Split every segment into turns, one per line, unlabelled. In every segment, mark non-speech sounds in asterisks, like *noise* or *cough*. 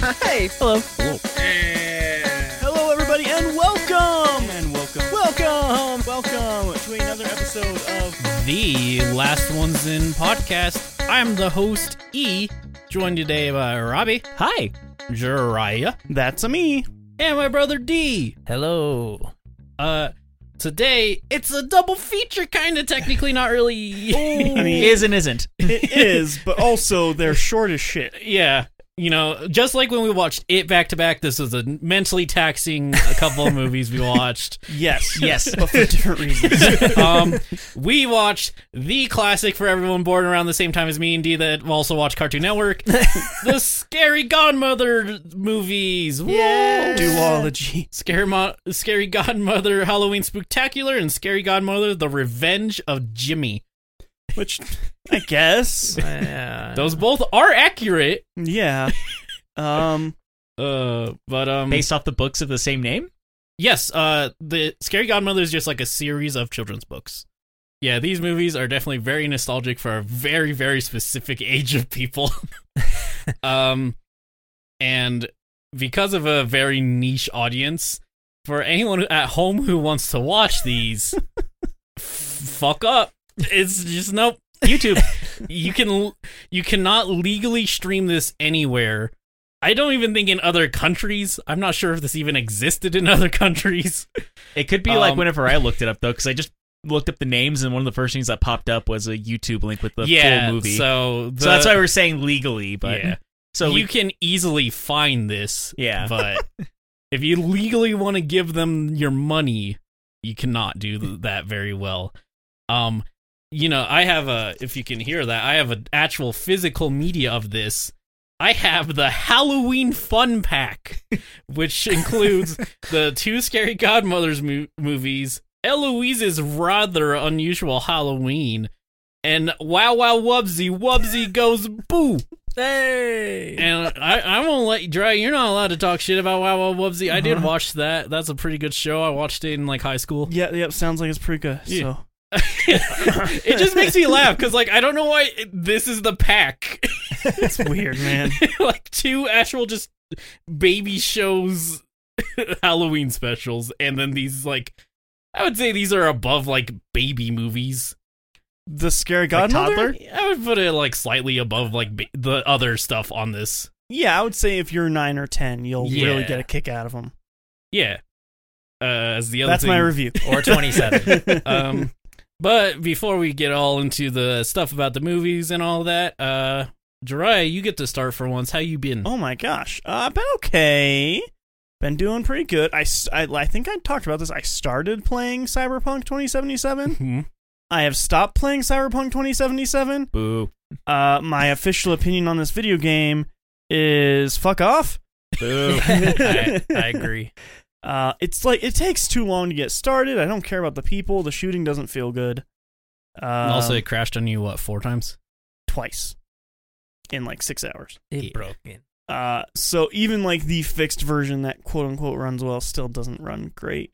Hi.
Hello.
Yeah.
Hello, everybody, and welcome, and welcome, welcome, welcome to another episode of the Last Ones in Podcast. I'm the host E, joined today by Robbie,
Hi.
Jariah,
That's a me.
and my brother D.
Hello.
Uh, today it's a double feature, kind of technically, not *laughs* really.
I mean, is and isn't.
It is, but also they're short as shit.
yeah. You know, just like when we watched it back to back, this was a mentally taxing a couple *laughs* of movies we watched.
Yes. *laughs*
Yes.
But for different reasons.
um, we watched the classic for everyone born around the same time as me and D that also watched Cartoon Network, the Scary Godmother movies. Woo!
Duology.
Scary, Mo- Scary Godmother Halloween Spectacular and Scary Godmother The Revenge of Jimmy.
*laughs* Which I guess.
Those both are accurate,
Yeah. Um
uh, but um,
Based off the books of the same name?
yes, uh, the Scary Godmother is just like a series of children's books. Yeah, these movies are definitely very nostalgic for a very, very specific *laughs* age of people. um, and because of a very niche audience, for anyone at home who wants to watch these, f- fuck up. It's just nope. YouTube, you can you cannot legally stream this anywhere. I don't even think in other countries. I'm not sure if this even existed in other *laughs* countries.
It could be like
Um,
whenever I looked it up, though, because I just looked up the names, and one of the first things that popped up was a YouTube link with the
yeah,
full movie.
so the,
So that's why we're saying legally, but.
yeah.
So
you
we,
can easily find this.
Yeah.
*laughs* but if you legally want to give them your money, you cannot do th- that very well. Um, you know, I have a if you can hear that, I have an actual physical media of this. I have the Halloween Fun Pack, which includes the two Scary Godmothers mo- movies, Eloise's rather unusual Halloween, and Wow Wow Wubsy Wubsy Goes Boo.
Hey!
And I, I won't let you dry. You're not allowed to talk shit about Wow Wow Wubsy. I
Uh-huh.
did watch that. That's a pretty good show. I watched it in like high school.
yeah, yeah, sounds like it's pretty good.
Yeah.
So
*laughs*
*laughs*
it just makes me laugh because like I don't know why it- this is the pack. *laughs*
it's weird, man.
like two actual just baby shows, *laughs* Halloween specials, and then these like I would say these are above like baby movies.
The scary
Like
godmother?
toddler?
I would put it like slightly above like ba- the other stuff on this.
Yeah, I would say if you're nine or ten, you'll really
Yeah.
get a kick out of them.
Yeah. Uh, as the other
That's
thing,
my
*laughs*
review.
*laughs*
Or 27.
um, but before we get all into the stuff about the movies and all that, uh, Jiraiya, you get to start for once. How you been?
Oh my gosh, uh, I've been okay. Been doing pretty good. I, s- I- I think I talked about this. I started playing Cyberpunk 2077.
Mm-hmm.
Hmm.
I have stopped playing Cyberpunk 2077.
Boo.
Uh, my official opinion on this video game is fuck off.
Boo.
*laughs* I, I
*laughs*
agree.
Uh, it's like it takes too long to get started. I don't care about the people. The shooting doesn't feel good. Uh,
Um,
And also, it crashed on you what four times?
twice in like six hours.
It
broke.
Uh, so even like the fixed version that quote unquote runs well still doesn't run great.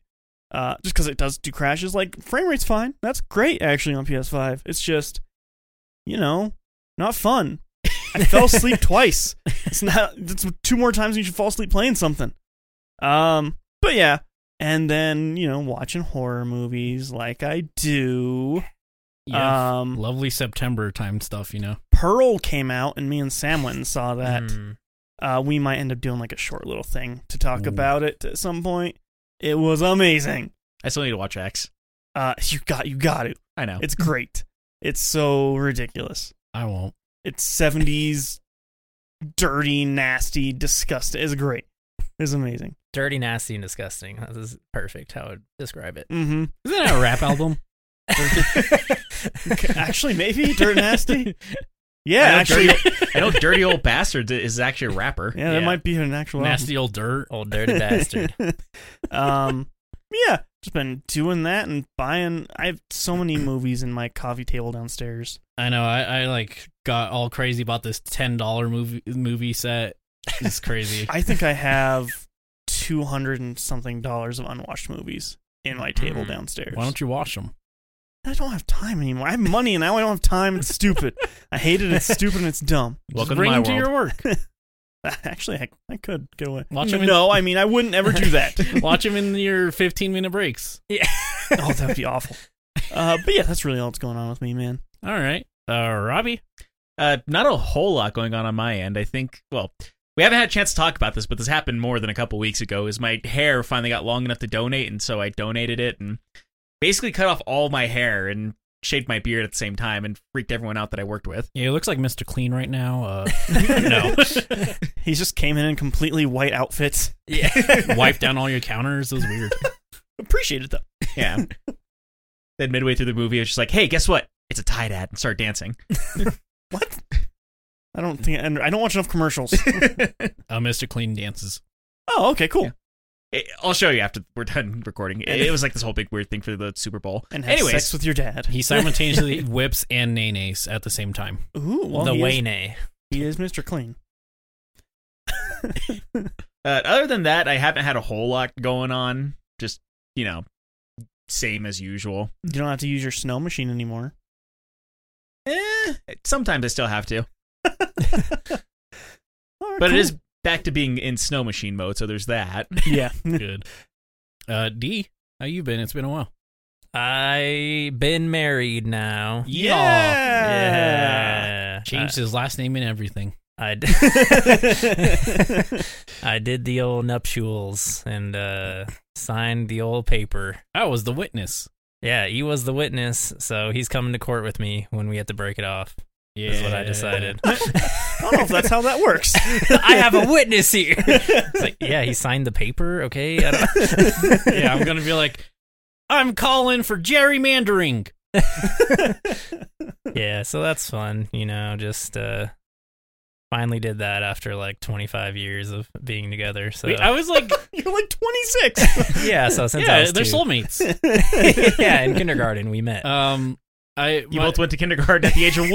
Uh, just because it does do crashes. Like frame rate's fine. That's great actually on PS5. It's just, you know, not fun. I fell asleep twice. It's not. It's two more times you should fall asleep playing something. Um, but yeah, and then you know watching horror movies like I do.
*laughs* Yeah.
Um,
Lovely September time stuff, you know.
Pearl came out, and me and Sam went and saw that
Mm.
Mm.
uh, we might end up doing like a short little thing to talk
Ooh.
about it at some point. It was amazing.
I still need to watch X.
Uh, you got you got it.
I know.
It's great. It's so ridiculous.
I won't.
It's seventies, dirty, nasty, disgusting. It's great. It's amazing.
dirty, nasty, and disgusting. That is perfect how I would describe it.
Mm-hmm.
Isn't that a
*laughs*
rap album?
*laughs*
*laughs*
Actually,
*laughs*
maybe dirt nasty. Yeah,
I know
actually,
dirty, I know dirty old bastard is actually a rapper.
yeah, that
yeah.
might be an actual album.
Nasty *laughs* old dirt.
Old dirty bastard.
um, yeah, just been doing that and buying. I have so many movies in my coffee table downstairs.
*laughs* I know. I, I like got all crazy about this ten dollar movie movie set.
*laughs*
It's crazy.
I think I have two hundred and something dollars of unwatched movies in my table
Mhm.
downstairs.
Why don't Mm. you watch them?
I don't have time anymore. I have money and now I don't have time. It's stupid. I hate it.
*laughs*
It's stupid and it's dumb. *laughs*
Welcome to
bring
my
him
world.
your work.
Actually, I, I could get away.
Watch him in-
no, I mean, I wouldn't ever do that.
*laughs*
*laughs*
Watch him in your 15 minute breaks.
*laughs* oh, that would be awful. Uh, but yeah, that's really all that's going on with me, man.
All right. Uh, Robbie?
Uh, not a whole lot going on on my end. I think. Well, we haven't had a chance to talk about this, but this happened more than a couple weeks ago. Is my hair finally got long enough to donate, and so I donated it and basically cut off all my hair and shaved my beard at the same time and freaked everyone out that I worked
*laughs*
with.
Yeah, it looks like Mr. Clean right
*laughs*
now. Uh, *laughs* no.
He just came in in completely white outfits.
Yeah.
*laughs* Wipe down all your counters. It was weird.
Appreciate it though.
Yeah. then midway through the movie, I was just like, "Hey, guess what? It's a tie dad," and start dancing.
*laughs* I don't think and I don't watch enough commercials.
Uh, Mr. Clean dances.
oh, okay, cool.
Yeah. It- Eh, I'll show you after we're done *laughs* recording. It, it was like this whole big weird thing for the Super Bowl.
And have
Anyways.
sex with your dad. *laughs*
He simultaneously whips and nays at the same time.
*laughs* Ooh, well,
the
he,
way
is,
nay.
he is Mr. Clean.
Uh, other than that, I haven't had a whole lot going on. Just you know, same as usual.
You don't have to use your snow machine anymore.
Eh, sometimes I still have to,
All right,
but it
cool.
is *laughs* back to being in snow machine mode. So there's that. *laughs*
yeah.
Good. Uh, D, how you been? It's been a while.
I been married now.
*laughs* Yeah.
Yeah.
Changed his last name and everything.
I, I *laughs* d- I did the old nuptials and uh, signed the old paper.
I was the witness.
Yeah, he was the witness, so he's coming to court with me when we have to break it off.
Yeah.
Is what
*laughs*
I decided.
I don't know if that's how that works.
I have a
*laughs*
witness here. It's like, yeah, he signed the paper. Okay, I don't, *laughs*
yeah, I'm gonna be like, I'm calling for gerrymandering.
yeah, so that's fun. You know, just uh, finally did that after like 25 years of being together. So
I was like,
You're like 26.
*laughs* yeah, so since I
oh, yeah,
was
they're
two. *laughs*
soulmates.
yeah, in kindergarten
*laughs*
we *laughs* met.
Um, I
You
my-
both went to kindergarten at the age of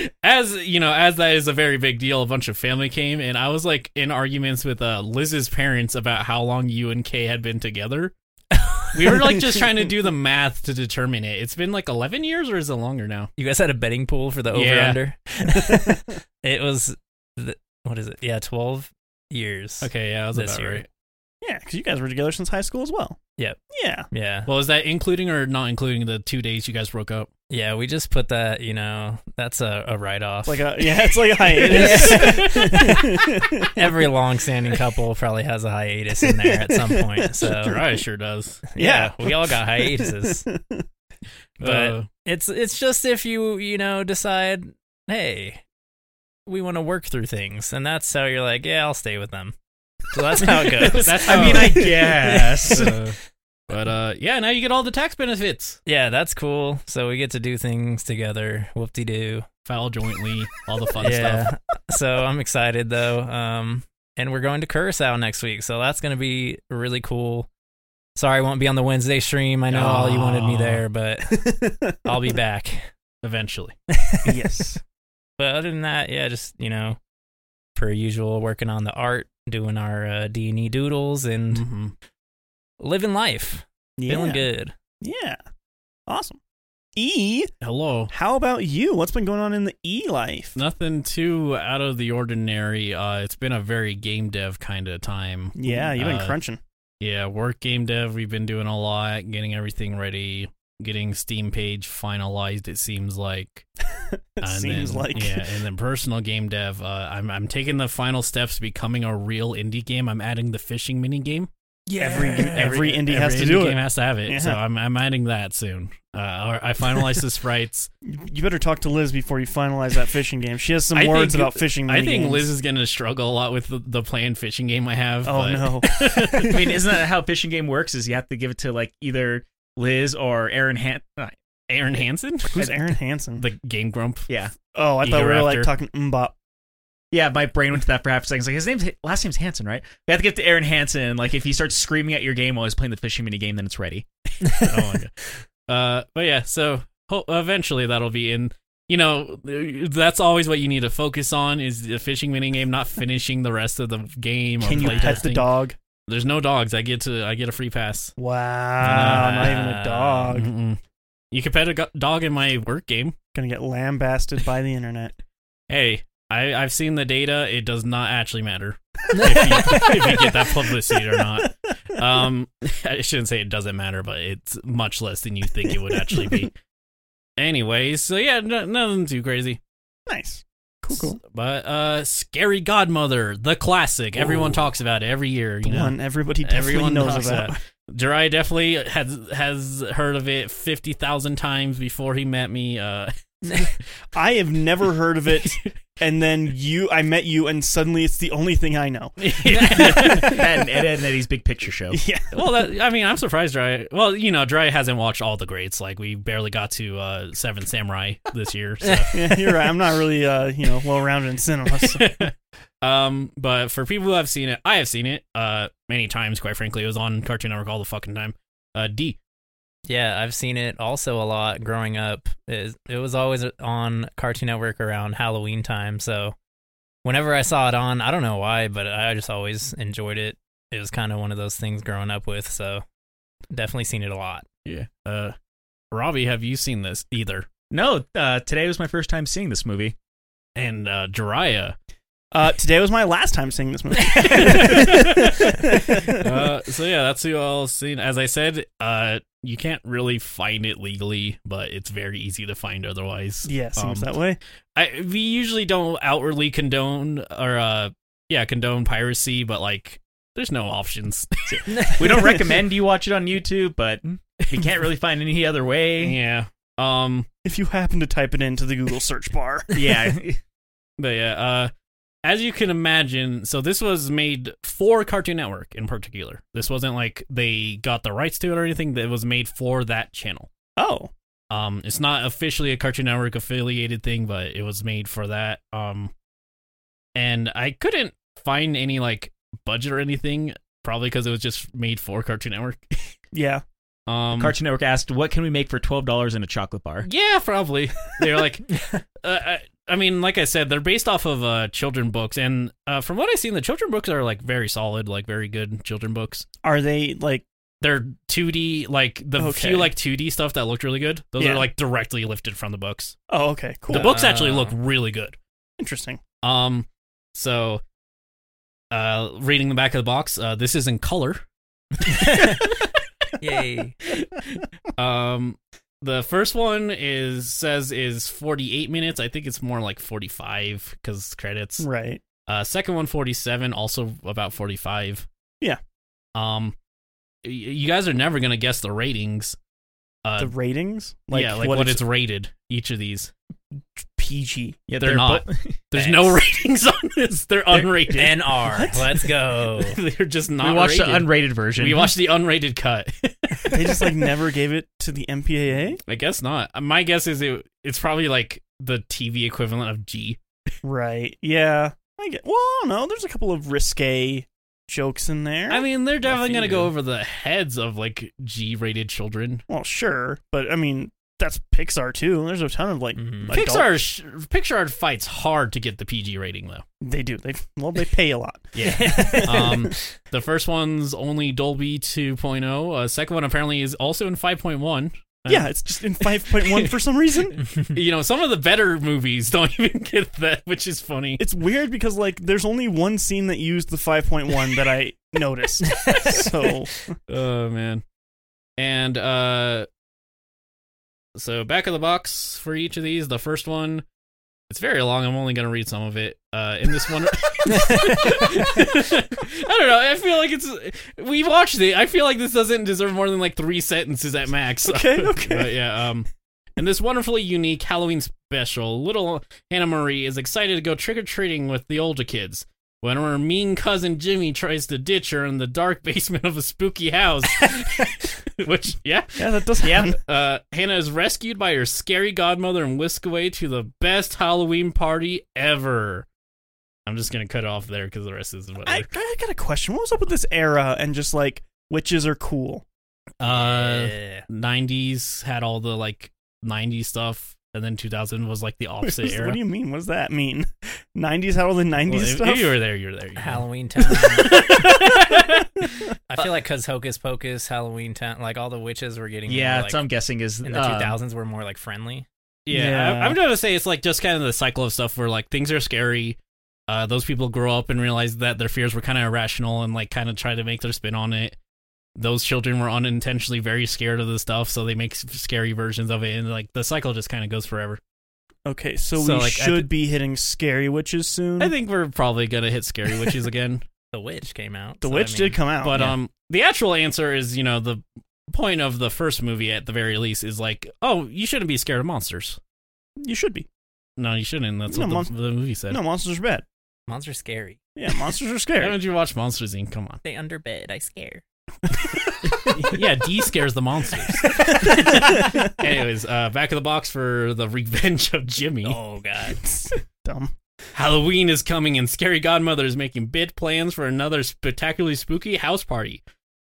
*laughs*
one.
as you know, as that is a very big deal. A bunch of family came, and I was like in arguments with uh, Liz's parents about how long you and Kay had been together. We were *laughs* like just trying to do the math to determine it. It's been like 11 years, or is it longer now?
you guys had a betting pool for the over
Yeah. *laughs*
under. *laughs* it was the, what is it? Yeah, 12 years.
Okay, yeah, I was
This
about
year.
right.
*laughs* yeah, because you guys were together since high school as well.
Yep.
Yeah.
Yeah.
Well, is that including or not including the two days you guys broke up?
Yeah, we just put that, you know, that's a, a write off.
It's like a yeah, it's like a hiatus.
*laughs* Every long standing couple probably has a hiatus in there at some point.
*laughs*
*laughs*
So
Dry sure does.
yeah, we all got hiatuses.
*laughs*
But
Uh,
it's it's just if you, you know, decide, hey, we want to work through things and that's how you're like, Yeah, I'll stay with them. So that's how
*laughs*
it goes.
That's
I
how-
mean, I guess.
*laughs* Uh, but uh, yeah, now you get all the tax benefits.
yeah, that's cool. So we get to do things together. Whoop de doo.
File jointly, all the *laughs* fun
Yeah.
stuff.
so I'm excited though. Um, and we're going to Curacao next week, so that's gonna be really cool. Sorry, I won't be on the Wednesday stream. I know all you wanted me
Aw.
there, but
*laughs*
I'll be back. *laughs*
Eventually, *laughs*
yes.
But other than that, yeah, just you know, per usual, working on the art, doing our uh, D and E doodles, and
hmm
living life,
Yeah.
feeling good.
Yeah. Awesome. E,
hello.
how about you? What's been going on in the E life?
Nothing too out of the ordinary. Uh, it's been a very game dev kind of time.
Yeah, you've been
Uh,
crunching.
Yeah, work game dev. We've been doing a lot, getting everything ready, getting Steam page finalized. It seems like.
*laughs* It
And
seems
then-
like *laughs*
yeah. And then personal game dev. Uh, I'm I'm taking the final steps to becoming a real indie game. I'm adding the fishing mini game.
every every indie
Every
has to
indie
do
game
it.
has to have it. So
Yeah.
I'm I'm adding that soon. Uh, I- I finalized the
*laughs*
sprites.
You better talk to Liz before you finalize that fishing game. She has
*laughs*
some
I
words
think-
about fishing.
I think
minigames.
Liz is gonna struggle a lot with the, the planned fishing game I have.
Oh
but- *laughs*
no. *laughs*
I mean, isn't that how fishing game works? Is you have to give it to like either Liz or Aaron Han. uh,
Aaron
*laughs*
Hansen,
Who's Aaron Hansen?
the Game Grump.
Yeah,
Oh, I thought we were like
Egoraptor.
talking mbop.
yeah. My brain went to that for half a second. It's Like his name's last name's Hansen, right? We have to give it to Aaron Hansen. And, like if he starts screaming at your game while he's playing the fishing mini game, then it's
*laughs*
ready.
oh my god. Uh, but yeah, so ho- eventually that'll be in. You know, that's always what you need to focus on is the fishing mini game, not finishing the rest of the game.
Can
or
you pet the
playtesting.
dog?
There's no dogs. I get to I get a free pass. Uh,
Wow, Ah, not even a
Wow.
dog.
Mm-mm. You can pet a go- dog in my work game.
Gonna get lambasted by the internet.
Hey, I, I've seen the data. It does not actually
*laughs*
matter if you, if you get that publicity or not. Um, *laughs* I shouldn't say it doesn't matter, but it's much less than you think it would actually
*laughs*
be. Anyways, so yeah, no, nothing too crazy.
Nice. Cool, cool.
But uh, Scary Godmother, the classic. Everyone
Ooh.
talks about it every year. You
The
know,
one everybody definitely
everyone
knows
talks
about.
about. it. Jirai definitely has has heard of it fifty thousand times before he met me. Uh,
I have never heard
*laughs*
of it, and then you, I met you, and suddenly it's the only thing I know.
That and Ed, Ed and Eddie's big picture show.
*laughs* Yeah.
well, that, I mean, I'm surprised Dry. Well, you know, Dry hasn't watched all the greats. Like we barely got to uh, Seven Samurai this year. So.
yeah, you're right. I'm not really, uh, you know, well rounded in cinema. so-
*laughs* um, but for people who have seen it, I have seen it uh many times. Quite frankly, it was on Cartoon Network all the fucking time. Uh, D.
Yeah, I've seen it also a lot growing up. It, it was always on Cartoon Network around Halloween time. So whenever I saw it on, I don't know why, but I just always enjoyed it. It was kind of one of those things growing up with. So definitely seen it a lot.
Yeah. Uh, Robbie, have you seen this either?
No, uh, today was my first time seeing this movie.
And uh, Jiraiya.
Uh, today was my last time seeing this movie.
*laughs* uh, so yeah, that's who I'll seen. As I said, uh, you can't really find it legally, but it's very easy to find otherwise.
*laughs* yeah, seems
Um,
that way.
I we usually don't outwardly condone or uh yeah condone piracy, but like there's no options. *laughs*
We don't recommend you watch it on YouTube,
*laughs*
but you can't really find any other way.
yeah. Um.
If you happen to type it into the Google search bar,
*laughs*
Yeah.
But yeah, uh, as you can imagine, so this was made for Cartoon Network in particular. This wasn't like they got the rights to it or anything. It was made for that channel.
oh,
Um, it's not officially a Cartoon Network affiliated thing, but it was made for that. Um, and I couldn't find any like budget or anything, probably because it was just made for Cartoon Network.
yeah,
Um,
Cartoon Network asked, "What can we make for twelve dollars in a chocolate bar?"
Yeah, probably. *laughs* They're
*laughs*
like, uh, I, I mean, like I said, they're based off of uh, children books, and uh, from what I've seen, the children books are like very solid, like very good children books.
are they like?
They're 2D, like the
Okay.
few like 2D stuff that looked really good. Those
Yeah.
are like directly lifted from the books.
Oh, okay, cool,
The books actually
Ah.
look really good.
interesting.
Um, so, uh, reading the back of the box, uh, this is in color.
*laughs*
Yay.
Um, the first one is says is 48 minutes. I think it's more like 45 because credits.
Right.
Uh, second one, 47, also about 45.
Yeah.
Um, y- you guys are never gonna guess the ratings. Uh,
the ratings,
yeah, like what, it's rated. Each of these,
PG.
Yeah,
They're not.
bo-
there's no ratings *laughs* on this. They're unrated. *laughs*
NR. *laughs* Let's go.
They're just not.
we watched
rated.
the unrated version.
we watched the unrated cut.
They
*laughs*
just like never gave it to the MPAA.
I guess not. Uh, My guess is it. It's probably like the TV equivalent of G.
Right. Yeah. I get. Well, I don't know. There's a couple of risque jokes in there.
I mean, they're definitely gonna go
you.
over the heads of like G-rated children.
well, sure, but I mean that's Pixar too. There's a ton of
Mm.
like
Mhm.
adult-
Pixar, sh- Pixar fights hard to get the PG rating though.
They do. They well, they pay a lot. *laughs*
um, the first one's only Dolby 2.0. Uh, second one apparently is also in 5.1. Uh,
yeah, it's just in 5.1 for
*laughs*
some reason.
You know, some of the better movies don't *laughs* even get that, which is funny.
It's weird because like there's only one scene that used the 5.1 that I noticed.
*laughs*
so
Oh man. And uh, so back of the box for each of these. The first one, it's very long. I'm only gonna read some of it. Uh, in this one, *laughs* I don't know. I feel like it's we watched it. I feel like this doesn't deserve more than like three sentences at max. *laughs*
Okay, okay.
but yeah. Um, and this wonderfully unique Halloween special, little Hannah Marie is excited to go trick or treating with the older kids. When her mean cousin Jimmy tries to ditch her in the dark *laughs* basement of a spooky
*laughs*
house, *laughs* which yeah,
yeah, that does happen.
uh, Hannah is rescued by her scary godmother and whisked away to the best Halloween party ever. I'm just gonna cut it off there because the rest is
I,
whatever.
I got a question. What was up with this era and just like witches are cool?
uh,
Yeah.
90s had all the like 90s stuff, and then 2000 was like the opposite era.
*laughs* What do you mean? What does that mean? *laughs* 90s had all the 90s
Well, if- if
stuff?
you were there, you were there. you know.
*laughs*
Halloween Town. I feel like because Hocus Pocus, Halloween Town, like all the witches were getting
Yeah,
more,
so
like,
I'm guessing is
in the
um,
uh,
2000s were more like friendly.
Yeah,
Yeah.
I, I'm gonna say it's like just kind of the cycle of stuff where like things are scary. Uh, those people grow up and realize that their fears were kind of irrational and like kind of try to make their spin on it. Those children were unintentionally very scared of the stuff, so they make s- scary versions of it, and like the cycle just kind of goes forever.
okay, so,
So,
we
like, at
should
the-
be hitting Scary Witches soon.
I think we're probably gonna hit
*laughs*
scary witches again,
The witch came out.
the
so,
witch
I mean,
did come out.
but
Oh, yeah.
um, the actual answer is you know the point of the first movie at the very least is like oh you shouldn't be scared of monsters.
you should be.
No, you shouldn't. That's
No,
what the,
monst-
the movie said.
No, monsters are bad.
Monsters are scary.
Yeah, monsters are
*laughs*
scary. *laughs*
Haven't you watched Monsters Inc? Come on.
They under bed. I scare.
yeah, D scares the monsters. *laughs* Anyways, uh, back of the box for the revenge of Jimmy.
*laughs* Oh god.
Dumb.
Halloween is coming, and Scary Godmother is making bid plans for another spectacularly spooky house party.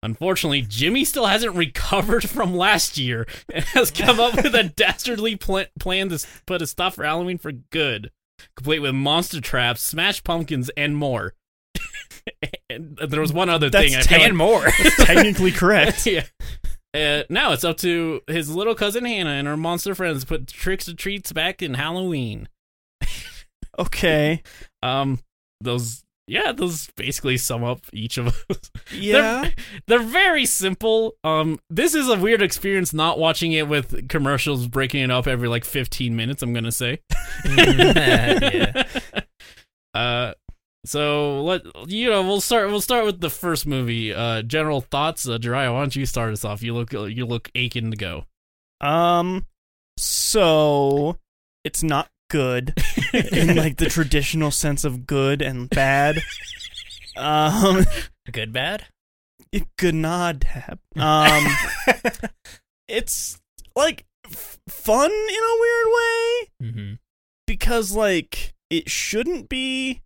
Unfortunately, Jimmy still hasn't recovered from last year and has come up with a dastardly pl- plan to s- put a stop for Halloween for good, complete with monster traps, smashed pumpkins, and more. *laughs* and there was one other
That's
thing. I feel like-
*laughs* more.
*laughs*
Technically correct.
yeah. Uh, now it's up to his little cousin Hannah and her monster friends to put tricks or treats back in Halloween.
Okay.
Um, those yeah, those basically sum up each of us. *laughs*
Yeah.
They're very simple. Um, this is a weird experience not watching it with commercials breaking it up every like 15 minutes. I'm gonna say.
*laughs* *laughs* yeah.
*laughs* Uh, so let you know we'll start we'll start with the first movie. Uh, general thoughts. Uh, Jiraiya, why don't you start us off? You look you look aching to go.
Um. So it's not
*laughs*
good in like the traditional sense of good
*laughs*
and bad. Um.
Good bad.
It could not have. Um, it's like f- fun in a weird way
Mm-hmm.
because like it shouldn't be.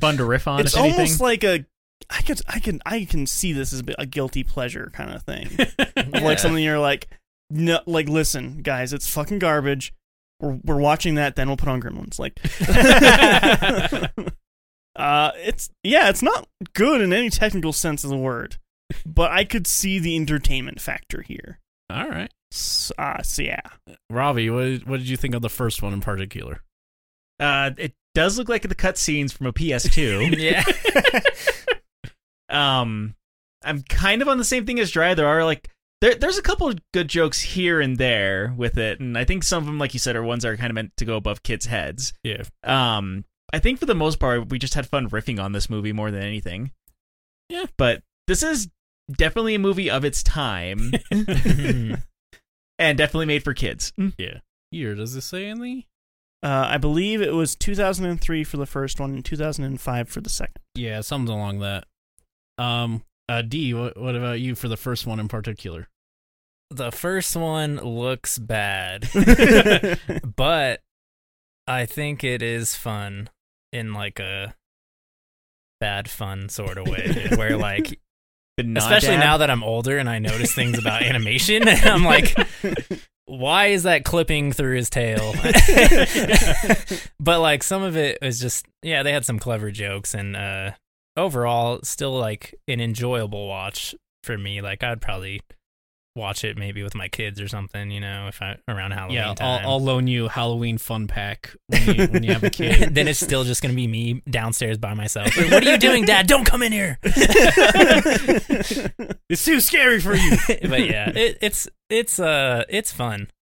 fun to riff on.
it's
if anything.
almost like a. I could I can I can see this as a guilty pleasure kind
*laughs*
of thing. Of, like something you're like no like listen guys it's fucking garbage. We're we're watching that then we'll put on Gremlins like. *laughs* uh, it's yeah it's not good in any technical sense of the word, but I could see the entertainment factor here.
All right.
S- uh, so yeah.
Robbie, what did, what did you think of the first one in particular?
uh, it does look like the cutscenes from a
*laughs*
PS2.
*laughs* Yeah.
um, I'm kind of on the same thing as Dry. There are like there, there's a couple of good jokes here and there with it, and I think some of them, like you said, are ones that are kind of meant to go above kids' heads.
*laughs* Yeah.
Um, I think for the most part, we just had fun riffing on this movie more than anything.
Yeah.
but this is definitely a movie of its time,
Mhm.
and definitely made for kids.
Year, does it say in the?
Uh, I believe it was 2003 for the first one and 2005 for the
*laughs*
second. *laughs*
Yeah, something along that. Um, uh, D, what, what about you for the first one in particular?
the first one looks *laughs* bad, but I think it is fun in like a bad fun sort of way, *laughs* where like
The nod
especially
dab.
now that I'm older and I notice things about animation. *laughs* And I'm like, why is that clipping through his *laughs* tail? but like some of it was just yeah, they had some clever jokes and uh overall still like an enjoyable watch for me. Like I'd probably watch it maybe with my kids or something, you know, if I around Halloween
yeah,
*laughs*
time.
I'll, I'll loan you Halloween Fun Pack when you, when you *laughs* have a kid.
*laughs* then it's still just gonna be me downstairs by myself.
*laughs*
What are you doing, Dad? Don't come in here.
*laughs*
it's too scary for you.
but yeah, it, it's it's uh it's fun. *laughs*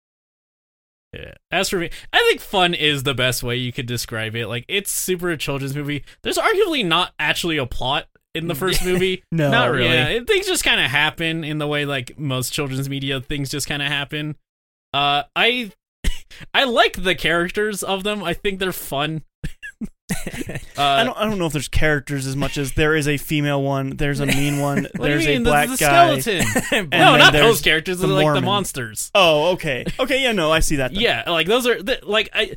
Yeah. As for me, I think fun is the best way you could describe it. Like, it's super a children's movie. There's arguably not actually a plot in the
*laughs*
first movie.
No,
Not really.
Yeah, it, things just kind of happen in the way like most children's media things just kind of happen. Uh, I *laughs* I like the characters of them. I think they're
*laughs*
fun. *laughs*
I
uh,
don't. I don't know if there's characters as much as there is a female one.
*laughs*
There's a mean one.
what do you
There's a
mean?
black
the, the
guy.
skeleton.
*laughs* And
no,
then
not
there's
those characters.
the
they're like the
Mormon.
monsters.
Oh, okay. Okay, yeah, no, I see that. Then.
Yeah, like those are th- like I.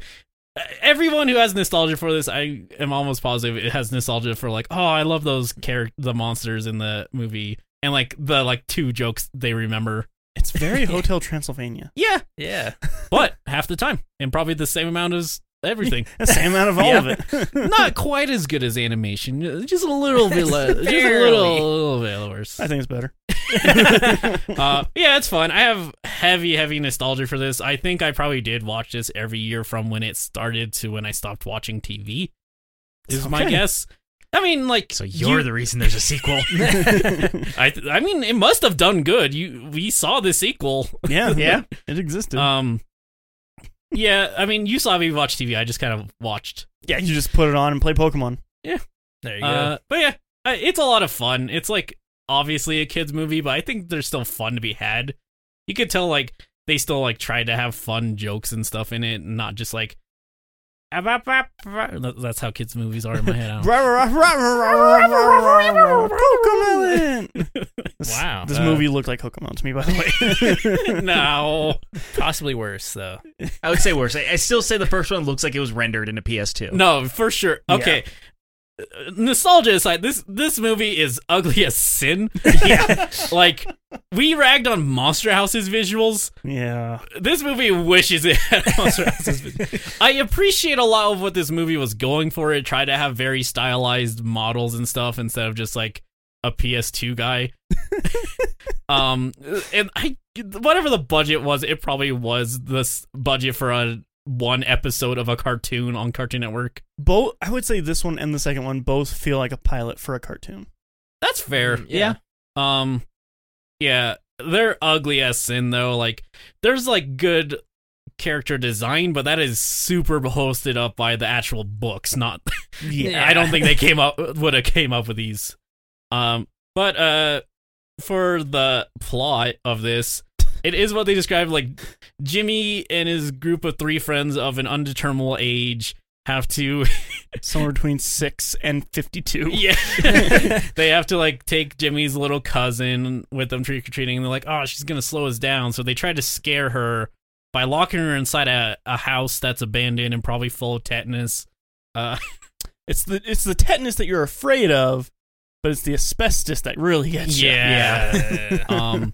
Everyone who has nostalgia for this, I am almost positive it has nostalgia for like, oh, I love those character, the monsters in the movie, and like the like two jokes they remember
It's
*laughs*
very Hotel Transylvania.
Yeah,
Yeah.
*laughs* but half the time, and probably the same amount as
*laughs*
everything.
The same amount of all of it. *laughs*
Not quite as good as animation, just a little
*laughs*
bit less, just a
Barely.
little, little bit worse.
I think it's
*laughs*
better.
Uh, yeah, it's fun. I have heavy, heavy nostalgia for this. I think I probably did watch this every year from when it started to when I stopped watching TV. Is my
Okay.
guess. I mean, like
So you're
you-
the reason there's a sequel.
I, th- I mean, it must have done good. You, we saw the sequel.
yeah,
Yeah.
it existed.
Um, yeah, I mean, you saw me watch TV. I just kind of watched.
yeah, you just put it on and play Pokemon.
There you go.
Uh, but yeah, I- it's a lot of fun. It's like obviously a kids movie, but I think there's still fun to be had. You could tell like they still like tried to have fun jokes and stuff in it, and not just like. "Ah, bah, bah, bah." That- That's how kids movies are in my head. *laughs* I don't- *laughs*
Pokemon.
Wow.
This
Uh,
movie looked like Pokemon to me, by the
*laughs*
way. *laughs*
no,
Possibly worse though.
*laughs* I would say worse. I, I still say the first one looks like it was rendered in a PS2.
no, for sure. Okay, Uh, nostalgia aside, this this movie is ugly as sin. *laughs* yeah, like we ragged on Monster House's visuals.
yeah,
this movie wishes it had Monster House's vision. I appreciate a lot of what this movie was going for. It tried to have very stylized models and stuff instead of just like a PS2 guy. um, and I whatever the budget was, it probably was this budget for a one episode of a cartoon on Cartoon Network.
both. I would say this one and the second one both feel like a pilot for a cartoon.
That's fair.
Mm, yeah.
Um, yeah, they're ugly as sin though. Like, there's like good character design, but that is super hosted up by the actual books. Not, *laughs*
Yeah.
I don't think they came up would have came up with these. Um, but uh, for the plot of this, it is what they describe like Jimmy and his group of three friends of an undeterminable age have to
somewhere between six and fifty-two.
*laughs*
yeah. they have to like take Jimmy's little cousin with them trick or treating, and they're like, "Oh, she's gonna slow us down." So they try to scare her by locking her inside a, a house that's abandoned and probably full of tetanus.
It's the it's the tetanus that you're afraid of, but it's the asbestos that really gets you.
Yeah. *laughs*
*laughs*
um,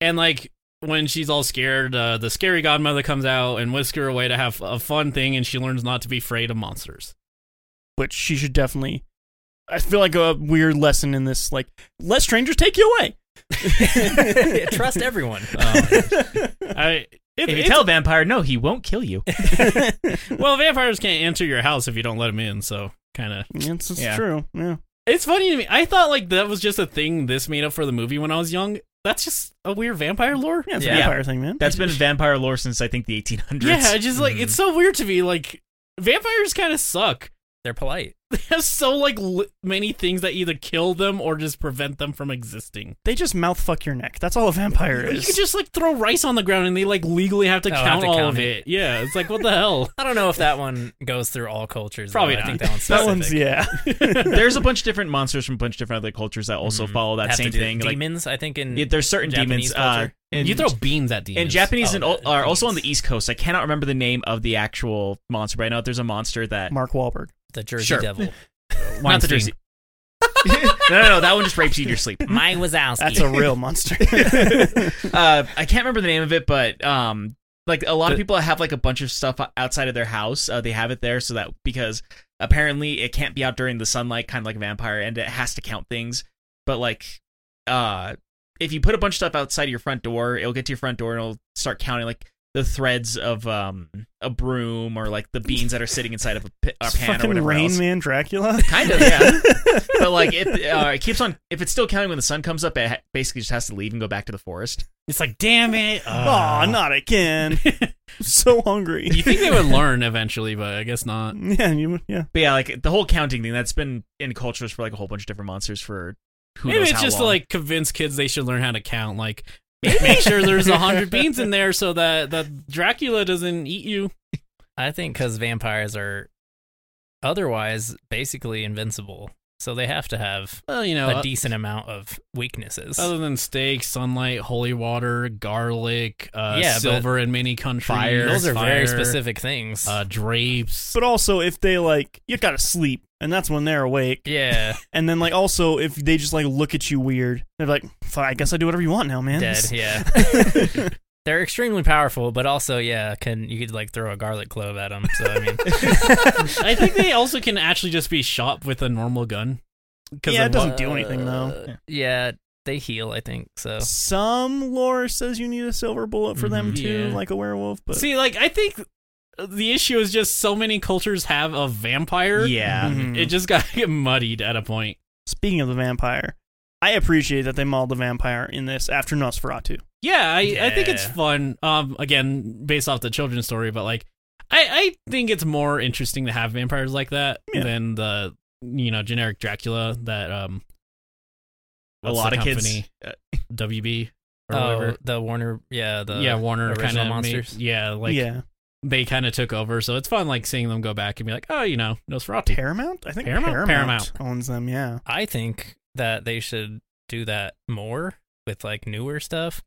and like when she's all scared, uh, the scary godmother comes out and whisks her away to have a fun thing, and she learns not to be afraid of monsters.
*laughs* Which she should definitely. I feel like a weird lesson in this. Like, let strangers take you away. *laughs*
Trust everyone.
Um, I. It,
If you
it's-
tell a vampire, no, he won't kill you.
well, vampires can't enter your house if you don't let them in, so kind of
Yes, *laughs* it's
Yeah.
true. Yeah.
It's funny to me. I thought like that was just a thing this made up for the movie when I was young. That's just a weird vampire lore.
Yeah, it's
Yeah.
a vampire thing, man.
*laughs* That's been vampire lore since I think the 1800s.
Yeah, it's just like it's so weird to me. Like vampires kind of suck. *laughs*
They're polite.
They have so like li- many things that either kill them or just prevent them from existing.
They just mouth fuck your neck. That's all a vampire
You
is.
could just like throw rice on the ground and they like legally have to
Oh,
count
have to
all
count
of it.
it.
Yeah, it's like what the hell.
I don't know if that one goes through all cultures. though.
Probably
I
not.
think that one's
that
specific.
*laughs*
one's yeah.
There's a bunch of different monsters from a bunch of different other cultures that also
Mhm.
follow that
Have to
same
do with
thing. Like,
Demons, I think in
yeah, there's certain demons.
Japanese
Uh,
culture.
and,
you throw beans at demons.
and Japanese
Oh,
and, al-
the-
are also on
demons.
the East Coast. I cannot remember the name of the actual monster, but I know that there's a monster *laughs* that
Mark Wahlberg.
the Jersey
Sure.
Devil.
not the
Weinstein.
Jersey. no, no, no, that one just rapes you in your *laughs* sleep.
My Wazowski.
That's a *laughs* real monster.
uh, I can't remember the name of it, but um, like a lot of people have like a bunch of stuff outside of their house. Uh, they have it there so that because apparently it can't be out during the sunlight, kind of like a vampire, and it has to count things. But like, uh, if you put a bunch of stuff outside your front door, it'll get to your front door and it'll start counting like the threads of um a broom or like the beans that are sitting inside of a, pi- a
*laughs* It's
pan or
fucking
whatever
Rain
else.
Man Dracula. *laughs*
Kind of, yeah. but like, it, uh, it keeps on. If it's still counting when the sun comes up, it ha- basically just has to leave and go back to the forest.
*laughs* It's like damn it.
Aw, not again. I'm so hungry.
You think they would learn eventually, but I guess not.
*laughs* Yeah, you, yeah.
But yeah, like the whole counting thing that's been in cultures for like a whole bunch of different monsters for who
maybe
knows
it's
how
just to
long.
like convince kids they should learn how to count. Like, make sure there's a hundred beans in there so that that Dracula doesn't eat you.
I think because vampires are otherwise basically invincible. so they have to have
Well, you know,
a
uh,
decent amount of weaknesses.
other than steak, sunlight, holy water, garlic, uh,
Yeah, but-
silver in many countries.
Fire.
Mm, Those are
fire,
very specific things.
Uh, drapes.
But also, if they like, you gotta sleep, and that's when they're awake.
yeah,
And then like, also, if they just like look at you weird, they're like, "Fine, I guess I do whatever you want now, man." *laughs*
dead. Yeah, they're extremely powerful, but also yeah, can you could like throw a garlic clove at them? So I mean,
I think
*laughs*
they also can actually just be shot with a normal gun. 'Cause
Yeah,
they're
it doesn't
wa-
do anything, though.
Uh, Yeah, they heal. I think so.
Some lore says you need a silver bullet for them
Mhm.
too,
Yeah.
like a werewolf. But
See, like I think the issue is just so many cultures have a vampire.
Yeah.
Mhm.
It just got *laughs* get muddied at a point.
Speaking of the vampire, I appreciate that they mauled the vampire in this after Nosferatu.
Yeah, I, I think it's
Yeah.
fun. Um, again, based off the children's story, but like, I, I think it's more interesting to have vampires like that
Yeah.
than the you know generic Dracula that um
A
what's
lot
the
of kids. uh,
company? WB or
Oh,
whatever.
the Warner. Yeah, the
yeah, Warner
original
kind of
monsters.
yeah, like
yeah,
they kind of took over, so it's fun like seeing them go back and be like, oh, you know, Nosferatu.
Paramount. I think
Paramount?
Paramount,
Paramount.
owns them. Yeah,
I think that they should do that more with like newer stuff,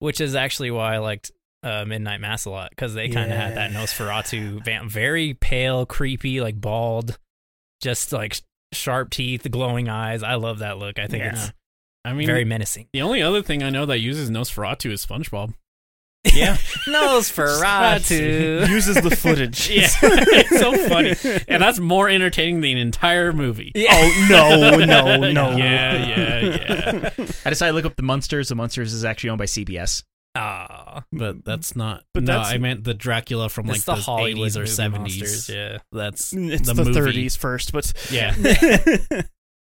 which is actually why I liked uh, Midnight Mass a lot because they kind of had that
Yeah.
Nosferatu, vamp, very pale, creepy, like bald, just like sharp teeth, glowing eyes. I love that look. I think
Yeah.
it's
I mean, *laughs*
very menacing.
the only other thing I know that uses Nosferatu is SpongeBob.
Yeah.
*laughs* Nosferatu.
*laughs*
uses the footage. *laughs*
Yeah, it's so funny, and that's more entertaining than the entire movie.
Oh no,
*laughs*
no, no.
Yeah, yeah, yeah.
I decided to look up the Munsters. The Munsters is actually owned by CBS.
Aw.
But that's not.
But
no,
that's-
I meant the Dracula from like
it's the,
the
Hollywood
eighties or
movie
seventies.
monsters, Yeah.
That's
*laughs* It's
the
the,
movie.
30s first, but
yeah.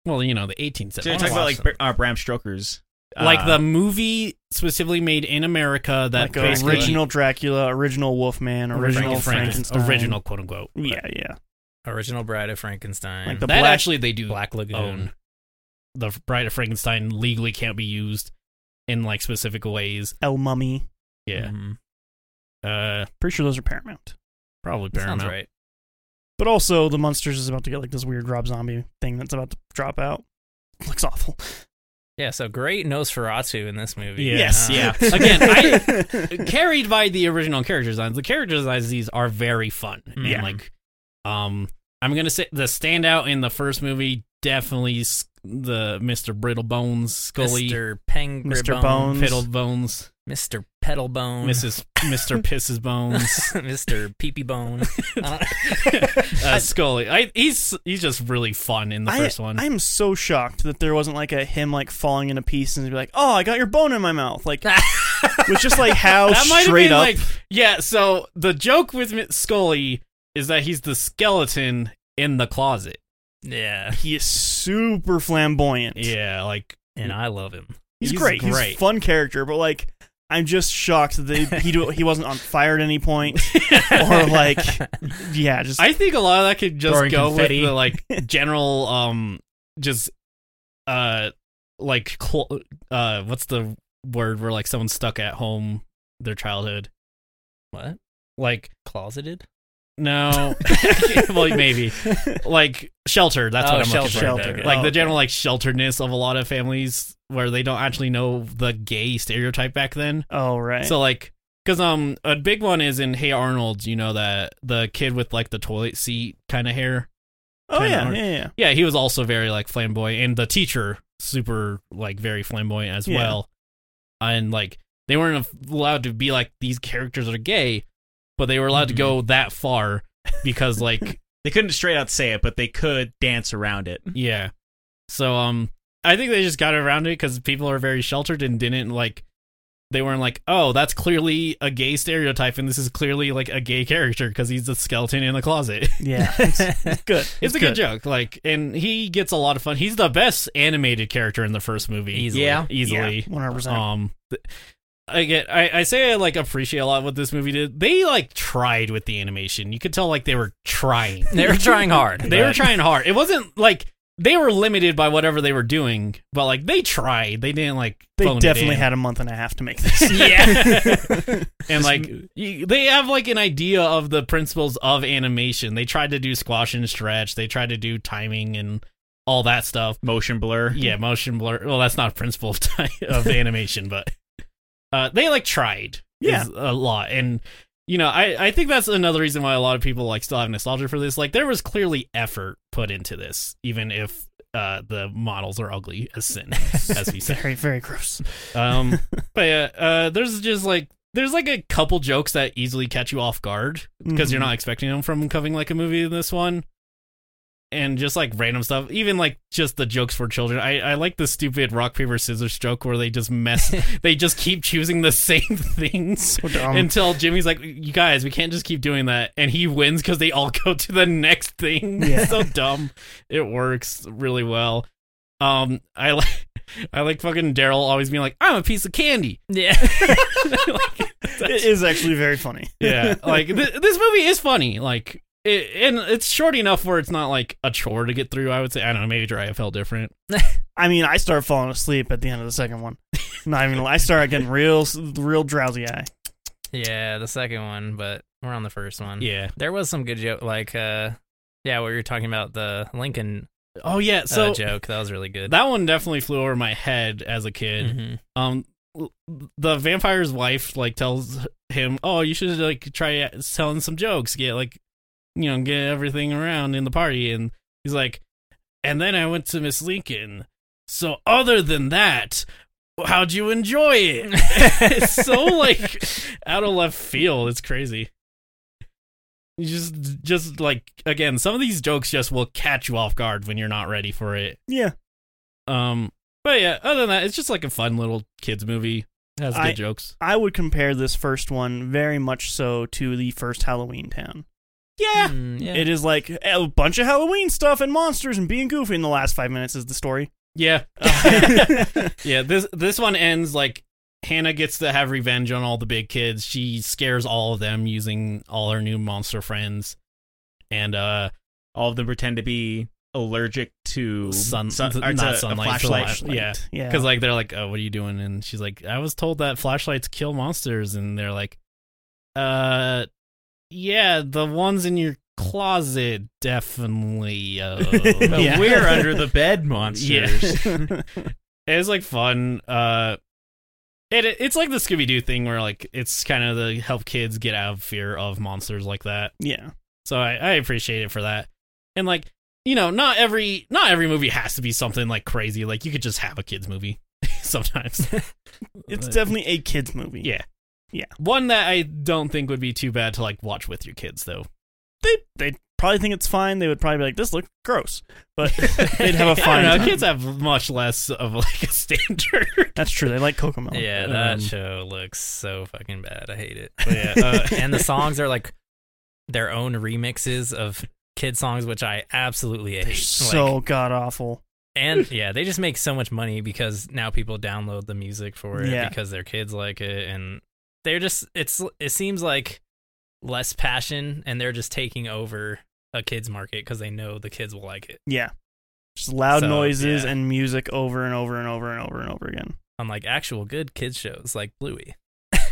Well, you know the eighteen
So
seventies.
you're talking about like Br- uh, Bram Stoker's. uh,
like the movie specifically made in America that
like
goes
original Dracula, original Wolfman, original Frankenstein,
original quote unquote.
Yeah, yeah.
Original Bride of Frankenstein.
Like
that
the Black-
actually they do
Black Lagoon.
own. The Bride of Frankenstein legally can't be used in like specific ways.
El Mummy.
Yeah,
Mhm.
uh,
Pretty sure those are Paramount.
probably
Sounds
Paramount.
right.
But also, the Munsters is about to get like this weird Rob Zombie thing that's about to drop out. Looks awful.
Yeah, so great Nosferatu in this movie.
Yeah. Uh-huh.
Yes,
Uh,
yeah. *laughs* Again, I
*laughs*
carried by the original character designs. The character designs these are very fun.
Yeah.
And like, um, I'm gonna say the standout in the first movie definitely is the Mr. Brittle Bones, Scully,
Mr. Penguin,
Mr. Bones.
Fiddle Bones,
Mr. Pedal Bone, *laughs*
Mrs. Mr. Pisses
*laughs*
Bones,
Mr.
*laughs*
Peepee Bone.
uh, Scully. I, he's he's just really fun in the
I-
first one.
I am so shocked that there wasn't like a him like falling into pieces and be like, "Oh, I got your bone in my mouth."
*laughs*
Like, was just like how
that might have
straight
been
up.
like yeah. So the joke with Mi- Scully is that he's the skeleton in the closet.
yeah,
he is super flamboyant.
Yeah, like
and I love him.
He's,
He's
great. He's
great.
a fun character, but like I'm just shocked that they, he do, he wasn't on fire at
*laughs*
any point or like yeah, *laughs* just
I think a lot of that could just
Throwing
go
confetti.
with the like general um just uh like cl- uh what's the word where like someone's stuck at home their childhood
What?
like
Closeted?
no *laughs* well maybe like shelter that's
Oh,
what I'm
shelter.
looking for
Shelter.
like
Oh,
the
okay.
general like shelteredness of a lot of families where they don't actually know the gay stereotype back then
Oh right.
so like, cause um, a big one is in Hey Arnold. You know that the kid with like the toilet seat kind of hair.
oh
kinda
yeah,
hard.
yeah, yeah.
Yeah, he was also very like flamboyant, and the teacher super like very flamboyant as
Yeah.
well. And like they weren't allowed to be like these characters are gay, but they were allowed to
Mhm.
go that far because like
They couldn't straight out say it, but they could dance around it.
yeah. So um, I think they just got around it because people are very sheltered and didn't like. They weren't like, oh, that's clearly a gay stereotype, and this is clearly like a gay character because he's a skeleton in the closet. *laughs*
Yeah. It's, it's good.
it's a good. joke. Like, and he gets a lot of fun. He's the best animated character in the first movie,
Easily.
Yeah.
easily.
One hundred percent.
Um, th- I get. I, I say I like appreciate a lot what this movie did. They like tried with the animation. You could tell like they were trying.
They were trying hard.
*laughs* They were
but-
trying hard. It wasn't like they were limited by whatever they were doing, but like they tried. They didn't like. phone
They
it
definitely
in.
had a month and a half to make this.
*laughs* Yeah. and like you, they have like an idea of the principles of animation. They tried to do squash and stretch. They tried to do timing and all that stuff.
Motion blur.
Yeah, motion blur. Well, that's not a principle of, time, of animation, but uh, they like tried is
Yeah.
a lot, and you know, I I think that's another reason why a lot of people like still have nostalgia for this. Like, there was clearly effort put into this, even if uh, the models are ugly as sin, as we said.
Very, very gross.
*laughs* Um, but yeah, uh, there's just like there's like a couple jokes that easily catch you off guard because you're
Mhm.
not expecting them from coming like a movie in this one. And just like random stuff, even like just the jokes for children. I, I like the stupid rock paper scissors joke where they just mess. they just keep choosing the same *laughs* things
So dumb.
until Jimmy's like, "You guys, we can't just keep doing that." And he wins because they all *laughs* go to the next thing.
Yeah.
so dumb. It works really well. Um, I like, *laughs* I like fucking Daryl always being like, "I'm a piece of candy." *laughs*
Yeah.
Like,
it is actually very funny.
yeah, like th- this movie is funny. Like, it, and it's short enough where it's not like a chore to get through. I would say. I don't know. Maybe Jiraiya felt different.
I mean, I start falling asleep at the end of the second one. Not even. I start getting real, real drowsy eye.
*laughs* yeah, the second one, but we're on the first
Mm.
one.
Yeah.
There was some good joke like uh yeah, what you were talking about the Lincoln
Oh yeah.
uh,
So
joke. That was really good.
that one definitely flew over my head as a *laughs* kid.
Mm-hmm.
Mhm.
um the vampire's wife like tells him oh you should like try telling some jokes get like you know get everything around in the party and he's like and then i went to miss lincoln so other than that how'd you enjoy it *laughs* it's so like out of left field it's crazy you just just like again some of these jokes just will catch you off guard when you're not ready for it
Yeah,
um, but yeah, other than that, it's just like a fun little kids movie. It has good
I-
jokes.
I would compare this first one very much so to the first Halloween Town.
Yeah,
*laughs*
*laughs*
Mm, yeah.
It is like a bunch of Halloween stuff and monsters and being goofy in the last five minutes is the story.
*laughs*
*laughs*
*laughs* yeah,
Uh,
yeah. This this one ends like Hannah gets to have revenge on all the big kids. She scares all of them using all her new monster friends, and uh,
All of them pretend to be allergic to
Sun-
sun-
th-
or
not
to
sunlight,
a flashlight.
flashlight. Yeah.
yeah.
because like they're like, oh, what are you doing? And she's like, I was told that flashlights kill monsters, and they're like, uh, yeah, the ones in your closet definitely.
*laughs*
Uh.
But *laughs*
Yeah.
We're under the bed monsters.
it's like fun uh it, it's like the scooby-doo thing where like it's kind of the help kids get out of fear of monsters like that
*laughs* yeah,
so I, I appreciate it for that and like you know not every not every movie has to be something like crazy like you could just have a kids movie *laughs*
*laughs*
sometimes
it's
But-
definitely a kids movie.
yeah
Yeah.
one that i don't think would be too bad to like watch with your kids though
they they probably think it's fine. They would probably be like, "This looks gross,"
*laughs*
but they'd have a
I
fine.
don't know,
time.
kids have much less of like a standard
*laughs* That's true. They like Kokomo.
Yeah, that
Um,
show looks so fucking bad. I hate it.
But yeah, uh,
*laughs* and the songs are like their own remixes of kid songs, which I absolutely hate.
They're
Like,
so god awful.
and yeah, they just make so much money because now people download the music for it
Yeah.
because their kids like it, and they're just it's it seems like less passion, and they're just taking over a kids market because they know the kids will like it.
Yeah. Just loud
So,
noises
yeah.
and music over and over and over and over and over again.
Unlike actual good kids shows like Bluey.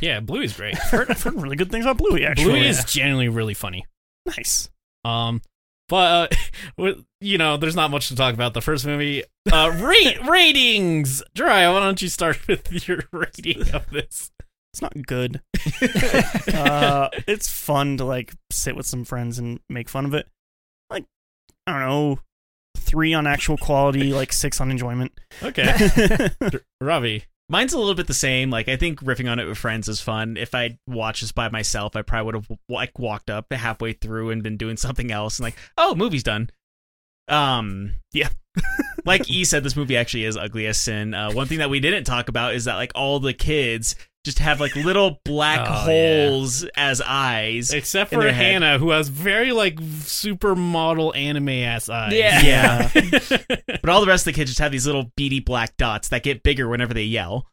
yeah bluey's great
I've heard, I've heard really good things about Bluey, actually.
bluey is generally really funny
*laughs* nice.
Um, but uh, *laughs* with- you know, there's not much to talk about the first movie. Uh, ra- ratings. Dry, why don't you start *laughs* with your rating of this?
It's not good. uh, it's fun to, like, sit with some friends and make fun of it. Like, I don't know, three on actual quality, like six on enjoyment.
Okay,
*laughs*
Robbie.
Mine's a little bit the same. Like I think riffing on it with friends is fun. If I watched this by myself, I probably would have like walked up halfway through and been doing something else and like, oh, movie's done. Um, yeah. *laughs* like E said, this movie actually is ugly as sin. Uh, one thing that we didn't talk about is that like all the kids just have like little black
Oh, yeah.
holes as eyes.
Except
In
for
their head.
Hannah, who has very like supermodel anime ass eyes.
Yeah.
yeah.
*laughs*
but all the rest of the kids just have these little beady black dots that get bigger whenever they yell.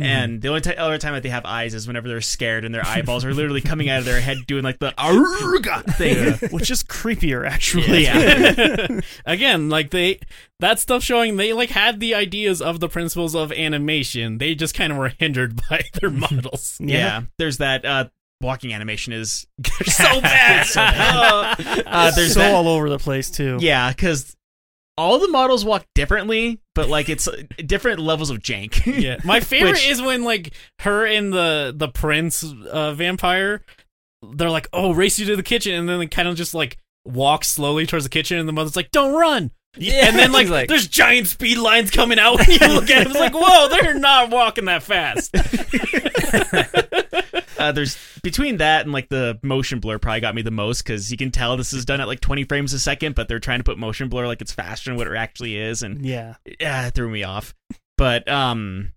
And the only ti- other time that they have eyes is whenever they're scared *laughs* and their eyeballs are literally coming out of their head doing like the arga thing.
Which is creepier, actually. *laughs*
Yeah.
*laughs* Again, like they that stuff showing they like had the ideas of the principles of animation. They just kind of were hindered *laughs* by their
*laughs*
models.
Yeah. There's that uh, walking animation is *laughs*
so bad.
So bad. *laughs* Uh, there's
so
that- *laughs*
all over the place, too.
yeah, because all the models walk differently, but like it's uh, different levels of jank. *laughs*
Yeah, my favorite
Which-
is when like her and the the prince uh, vampire, they're like, "Oh, race you to the kitchen," and then they kind of just like walk slowly towards the kitchen, and the mother's like, "Don't run!"
*laughs* Yeah,
and then like,
she's like-
there's giant speed lines coming out
*laughs*
when you look at it. It's like, "Whoa, they're not walking that fast."
*laughs* Uh, there's between that and like the motion blur probably got me the most because you can tell this is done at like 20 frames a second, but they're trying to put motion blur like it's faster than what it actually is, and
*laughs* Yeah.
yeah, it threw me off. But um,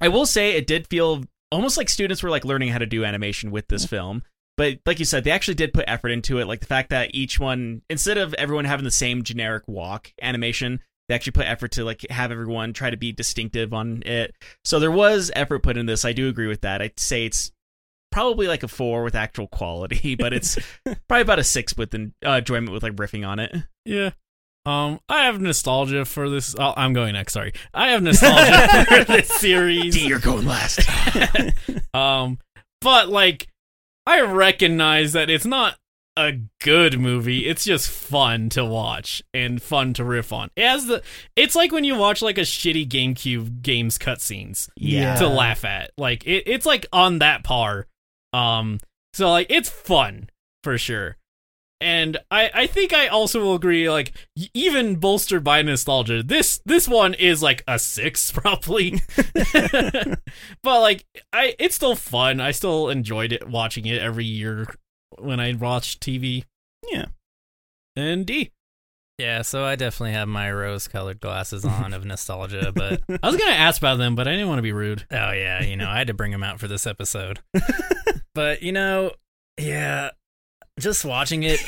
I will say it did feel almost like students were like learning how to do animation with this film. But like you said, they actually did put effort into it. Like the fact that each one, instead of everyone having the same generic walk animation, they actually put effort to like have everyone try to be distinctive on it. So there was effort put in this. I do agree with that. I'd say it's probably like a four with actual quality, but it's probably about a six with en- uh, enjoyment with like riffing on it.
*laughs* yeah. Um, I have nostalgia for this. Oh, I'm going next. Sorry, I have
*laughs*
nostalgia for this series.
D, you're going last.
*laughs* Um, but like, I recognize that it's not a good movie. It's just fun to watch and fun to riff on. It has the, it's like when you watch like a shitty GameCube games cutscenes
Yeah.
to laugh at. Like it, it's like on that par. Um, so like it's fun for sure. And I, I think I also will agree, like y- even bolstered by nostalgia, this this one is like a six *laughs* probably. but like I, it's still fun. I still enjoyed it watching it every year when I watch TV.
Yeah.
And D.
Yeah, so I definitely have my rose-colored *laughs* glasses on of nostalgia, but
I was gonna ask about them, but I didn't want to be rude.
Oh yeah, you know, I had to bring him out for this *laughs* episode. but you know, yeah, just watching it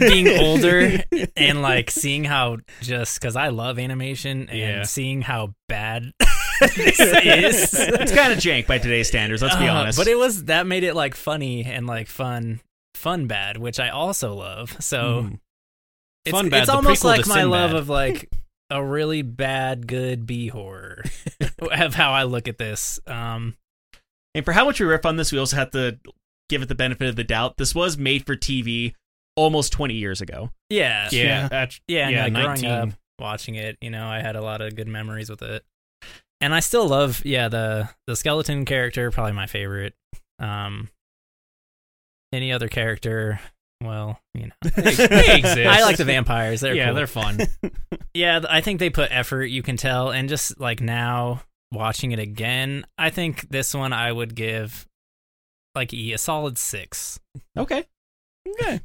being
*laughs*
older
*laughs*
and like seeing how just cuz I love animation and
Yeah.
seeing how
*laughs*
bad this is.
*laughs* it's kind of jank by today's standards. Let's be
Uh,
honest.
But it was that made it like funny and like fun fun bad, which I also love. So
Mm.
it's,
Fun Bad,
it's
the
almost
prequel to
like my
Sinbad.
love
*laughs*
of like a really bad good
*laughs*
B horror of how I look at this. Um
and for how much we riff on this, we also have to give it the benefit of the doubt. This was made for TV almost 20 years ago.
yeah. Yeah,
Yeah,
Uh,
act-
and,
yeah,
like, growing
19.
up watching it, you know, I had a lot of good memories with it. And I still love yeah, the the skeleton character, probably my favorite. Um any other character, well, you know. *laughs*
they exist.
I like the vampires. They're
yeah,
cool.
they're
*laughs*
fun.
Yeah, th- I think they put effort, you can tell. And just like now watching it again, I think this one I would give like E a solid six.
Okay.
Okay.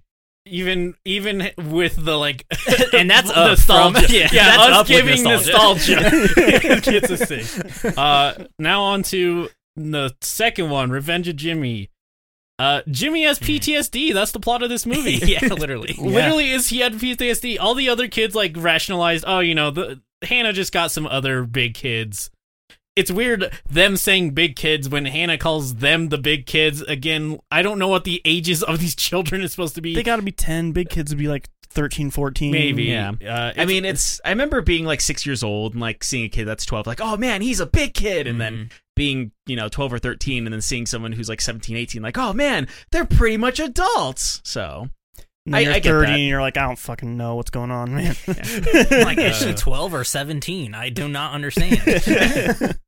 even even with the *laughs* like,
And that's
the
up from-
nostalgia.
yeah,
yeah,
that's
us
up with
giving nostalgia.
nostalgia. *laughs*
It gets a
*laughs*
six. Uh, now on to the second one, Revenge of Jimmy. Uh, Jimmy
Mm.
has PTSD. That's the plot of this movie.
*laughs*
*laughs*
yeah, literally.
Literally, is he had PTSD? All the other kids like rationalized. Oh, you know, the, Hannah just got some other big kids. It's weird them saying big kids when Hannah calls them the big kids. Again, I don't know what the ages of these *laughs* children is supposed to be.
They got to be 10. Big kids would be like 13, 14.
Maybe.
Yeah.
Uh,
I mean, it's. I remember being like six years old and like seeing a kid that's 12, like, oh man, he's a big kid. And then being, you know, 12 or 13, and then seeing someone who's like 17, 18, like, oh man, they're pretty much adults. So,
And then
I-
you're
I get
30
that.
and you're like, I don't fucking know what's going on, man.
like
Uh,
actually 12 or 17. I do
*laughs*
not understand.
*laughs*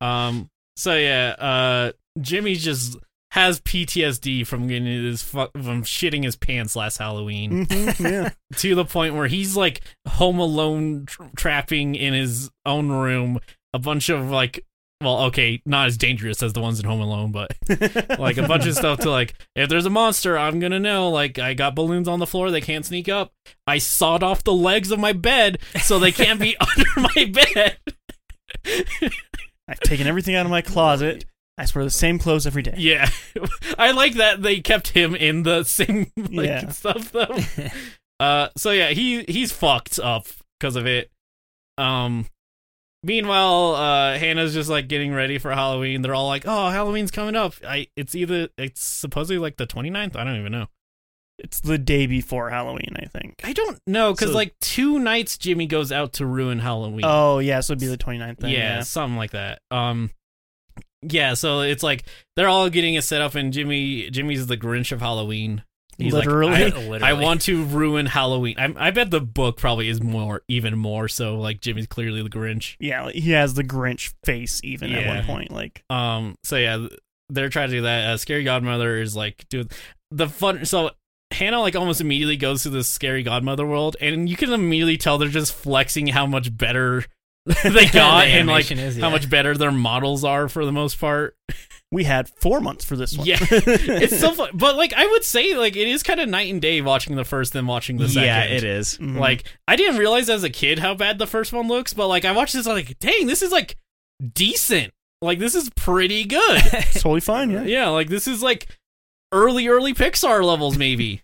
Um. So yeah. Uh. Jimmy just has PTSD from getting his fu- from shitting his pants last Halloween
Mhm, yeah.
to the point where he's like home alone tra- trapping in his own room a bunch of like well okay not as dangerous as the ones in Home Alone but like a bunch of stuff to like if there's a monster I'm gonna know like I got balloons on the floor they can't sneak up I sawed off the legs of my bed so they can't be *laughs* under my bed
I've taken everything out of my closet. I just wear the same clothes every day.
Yeah, *laughs* I like that they kept him in the same *laughs* like,
Yeah.
stuff though. uh, so yeah, he he's fucked up because of it. Um, meanwhile, uh, Hannah's just like getting ready for Halloween. They're all like, "Oh, Halloween's coming up." I it's either it's supposedly like the 29th. I don't even know.
It's the day before Halloween, I think.
I don't know because
So-
like two nights Jimmy goes out to ruin Halloween.
Oh, yeah, so it'd be the 29th then.
yeah, something like that. Um, yeah, so it's like they're all getting it set up, and Jimmy Jimmy's the Grinch of Halloween.
He's
Literally.
Like, I, *laughs* literally.
I want to ruin Halloween. I, I bet the book probably is more, even more so. Like Jimmy's clearly the Grinch.
Yeah, like, he has the Grinch face even at
Yeah.
one point. Like,
Um. So yeah, th- they're trying to do that. Uh, scary Godmother is like, dude, the fun. So Hannah like almost immediately goes to this Scary Godmother world, and you can immediately tell they're just flexing how much better *laughs* they
*laughs* The
got and like
animation is,
how
yeah.
much better their models are for the most part.
we had four months for this one. *laughs*
Yeah, it's
*laughs*
so fun. But like, I would say like it is kind of night and day watching the first and watching the second.
yeah, it is.
Mm-hmm.
Mhm.
Like I didn't realize as a kid how bad the first one looks, but like I watched this, I'm like, dang, this is like decent. Like this is pretty good.
*laughs*
it's totally fine. Yeah,
yeah, like this is like early, early Pixar levels, maybe,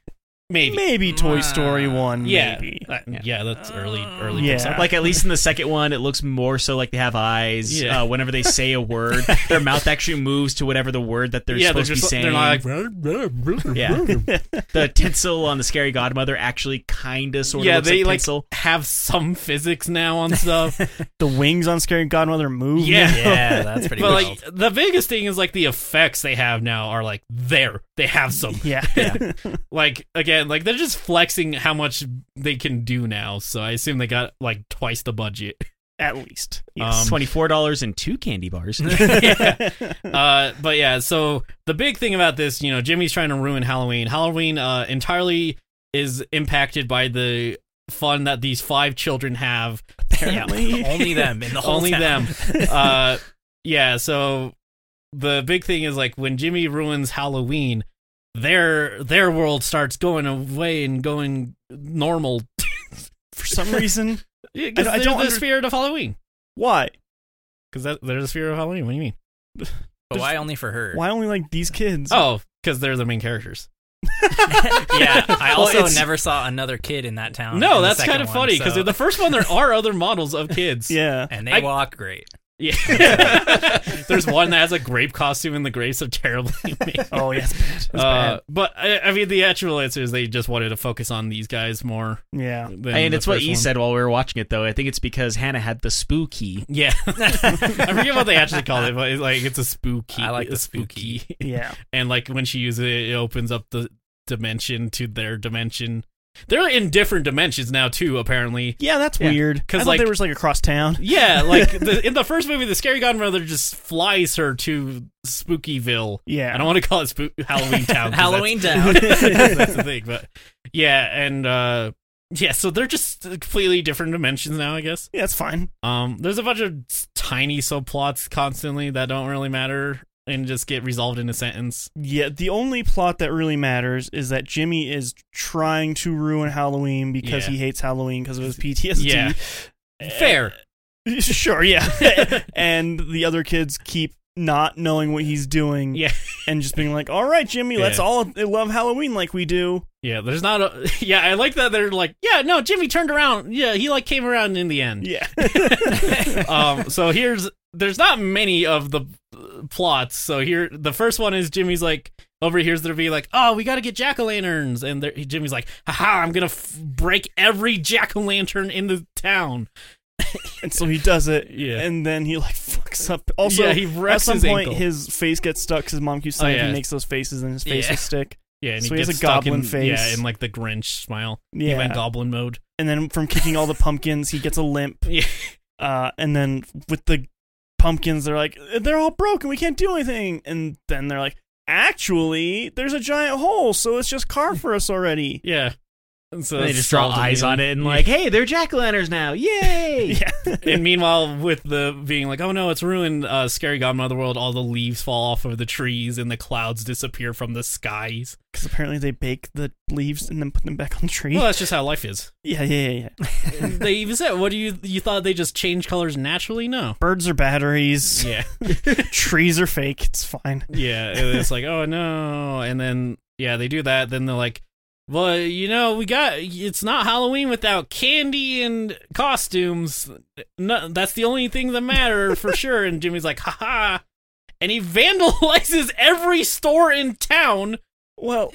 maybe.
maybe Toy
Uh,
Story one.
yeah,
maybe.
Uh, yeah. that's early, early
Uh, Yeah.
Pixar.
Like at least in the second one, it looks more so like they have eyes.
Yeah.
Uh, whenever they say a
*laughs*
word, their mouth actually moves to whatever the word that they're
yeah, they're
supposed
just
to be saying.
they're not like *laughs*
yeah. *laughs*
*laughs*
the tinsel on the scary godmother actually kind of sort of
yeah,
looks
they
like
like
tinsel.
have some physics now on stuff.
the wings on Scary Godmother move.
Yeah.
yeah, that's
*laughs*
pretty
but
wild.
like the biggest thing is like the effects they have now are like there. They have some.
*laughs* yeah,
like again, like they're just flexing how much they can do now. So I assume they got like twice the budget.
at least.
Um,
Yes.
Twenty four dollars and two candy
*laughs*
bars.
uh, but yeah, so the big thing about this, you know, Jimmy's trying to ruin Halloween. Halloween uh, entirely is impacted by the fun that these five children have. *laughs*
Apparently,
*laughs* only them in the whole
Only
town.
*laughs* them. Uh, yeah, so the big thing is like when Jimmy ruins Halloween, their their world starts going away and going normal.
for some reason,
I
I don't
don't the
under-
spirit of Halloween.
why?
Because that they're the spirit of Halloween. What do you mean?
But why only for her?
Why only like these kids?
Oh, because they're the main characters.
yeah,
*laughs*
I
Well,
also
it's-
never saw another kid in that town.
No,
in the
that's
second
kind of
one,
funny because
so-
in the first one there are other models of
*laughs*
kids.
yeah.
and they
I-
walk great.
*laughs* Yeah. There's one that has a grape costume, and the grapes are terribly *laughs* made.
*laughs* Oh yes,
Uh, but I, I mean, the actual answer is they just wanted to focus on these guys more.
yeah.
Than
and
the
it's what
first
E
one.
said while we were watching it, though. I think it's because Hannah had the spooky.
Yeah, *laughs* I forget what they actually called it, but it's like it's a spooky.
I like
a
the spooky.
Yeah,
*laughs* and like when she uses it, it opens up the dimension to their dimension. They're in different dimensions now too, apparently.
yeah, that's
Yeah.
weird.
'Cause,
Because
like-
like, they were just like across town.
*laughs*
*laughs*
Yeah, like the, in the first movie, the scary godmother just flies her to Spookyville.
Yeah,
I don't want to call it spook- Halloween Town. 'cause
*laughs* Halloween Town.
that's, *laughs* that's the thing, but yeah, and uh, yeah, so they're just completely different dimensions now, I guess.
yeah, it's fine.
Um, there's a bunch of s- tiny subplots constantly that don't really matter and just get resolved in a sentence.
Yeah, the only plot that really matters is that Jimmy is trying to ruin Halloween because
Yeah.
he hates Halloween because of his PTSD.
Yeah. Fair.
*laughs* Sure, yeah. *laughs* and the other kids keep not knowing what he's doing.
Yeah.
*laughs* And just being like, all right, Jimmy, let's
Yeah.
all love Halloween like we do.
Yeah, there's not a. *laughs* Yeah, I like that they're like, yeah, no, Jimmy turned around. Yeah, he like came around in the end. *laughs*
Yeah.
um so here's there's not many of the uh, plots so here the first one is jimmy's like overhears there be like oh we gotta get jack-o'-lanterns and there, jimmy's like haha i'm gonna f- break every jack-o'-lantern in the town
and so he does it.
Yeah.
And then he, like, fucks up. Also,
Yeah, he
at
wrecks
some
his
point,
ankle.
his face gets stuck because his mom keeps saying
Oh,
if
yeah.
he makes those faces and his face
Yeah.
will stick.
yeah and
So
he,
he has
gets
a
stuck
goblin
in,
face.
yeah in like the grinch smile he
Yeah.
went goblin mode
and then from kicking
*laughs*
all the pumpkins, he gets a limp.
Yeah.
Uh, and then with the pumpkins, they're like, they're all broken. We can't do anything. And then they're like, actually, there's a giant hole, so it's just carved for
*laughs*
us already.
yeah and so
And they
that's
just draw
solved
eyes on
immediately.
it and like, hey, they're jack o' lanterns now, yay!
Yeah.
*laughs* and meanwhile, with the being like, oh no, it's ruined, uh, scary godmother world. All the leaves fall off of the trees, and the clouds disappear from the skies.
Because apparently they bake the leaves and then put them back on the tree.
Well, that's just how life is.
yeah, yeah, yeah, yeah.
*laughs* they even said, "What do you you thought they just change colors naturally?" No.
Birds are
*laughs*
batteries.
Yeah,
Trees are fake. It's fine.
yeah. and It's like, oh no, and then yeah, they do that. Then they're like, "Well, you know, we got it's not Halloween without candy and costumes. No, that's the only thing that matter *laughs* for sure." And Jimmy's like, "Ha ha." And he vandalizes every store in town *laughs*
Well,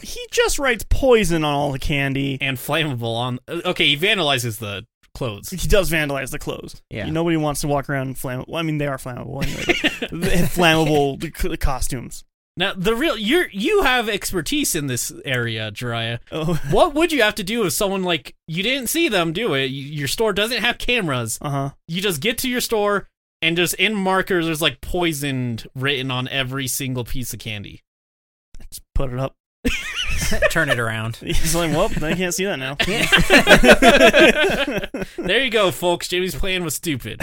he just writes poison on all the candy.
and flammable on. Okay, he vandalizes the clothes. *laughs*
He does vandalize the clothes.
Yeah. *laughs*
Nobody wants to walk around flammable. Well, I mean, they are flammable anyway. but they have flammable c- costumes.
Now the real you are you have expertise in this area, Jiraiya.
Oh,
What would you have to do if someone like you didn't see them do it? You- Your store doesn't have cameras.
uh huh.
You just get to your store and just in markers there's like poisoned written on every single piece of candy.
Just put it up.
Turn
*laughs*
it around.
He's like, well, I can't see that now.
There you go, folks. Jamie's plan
*laughs*
was stupid.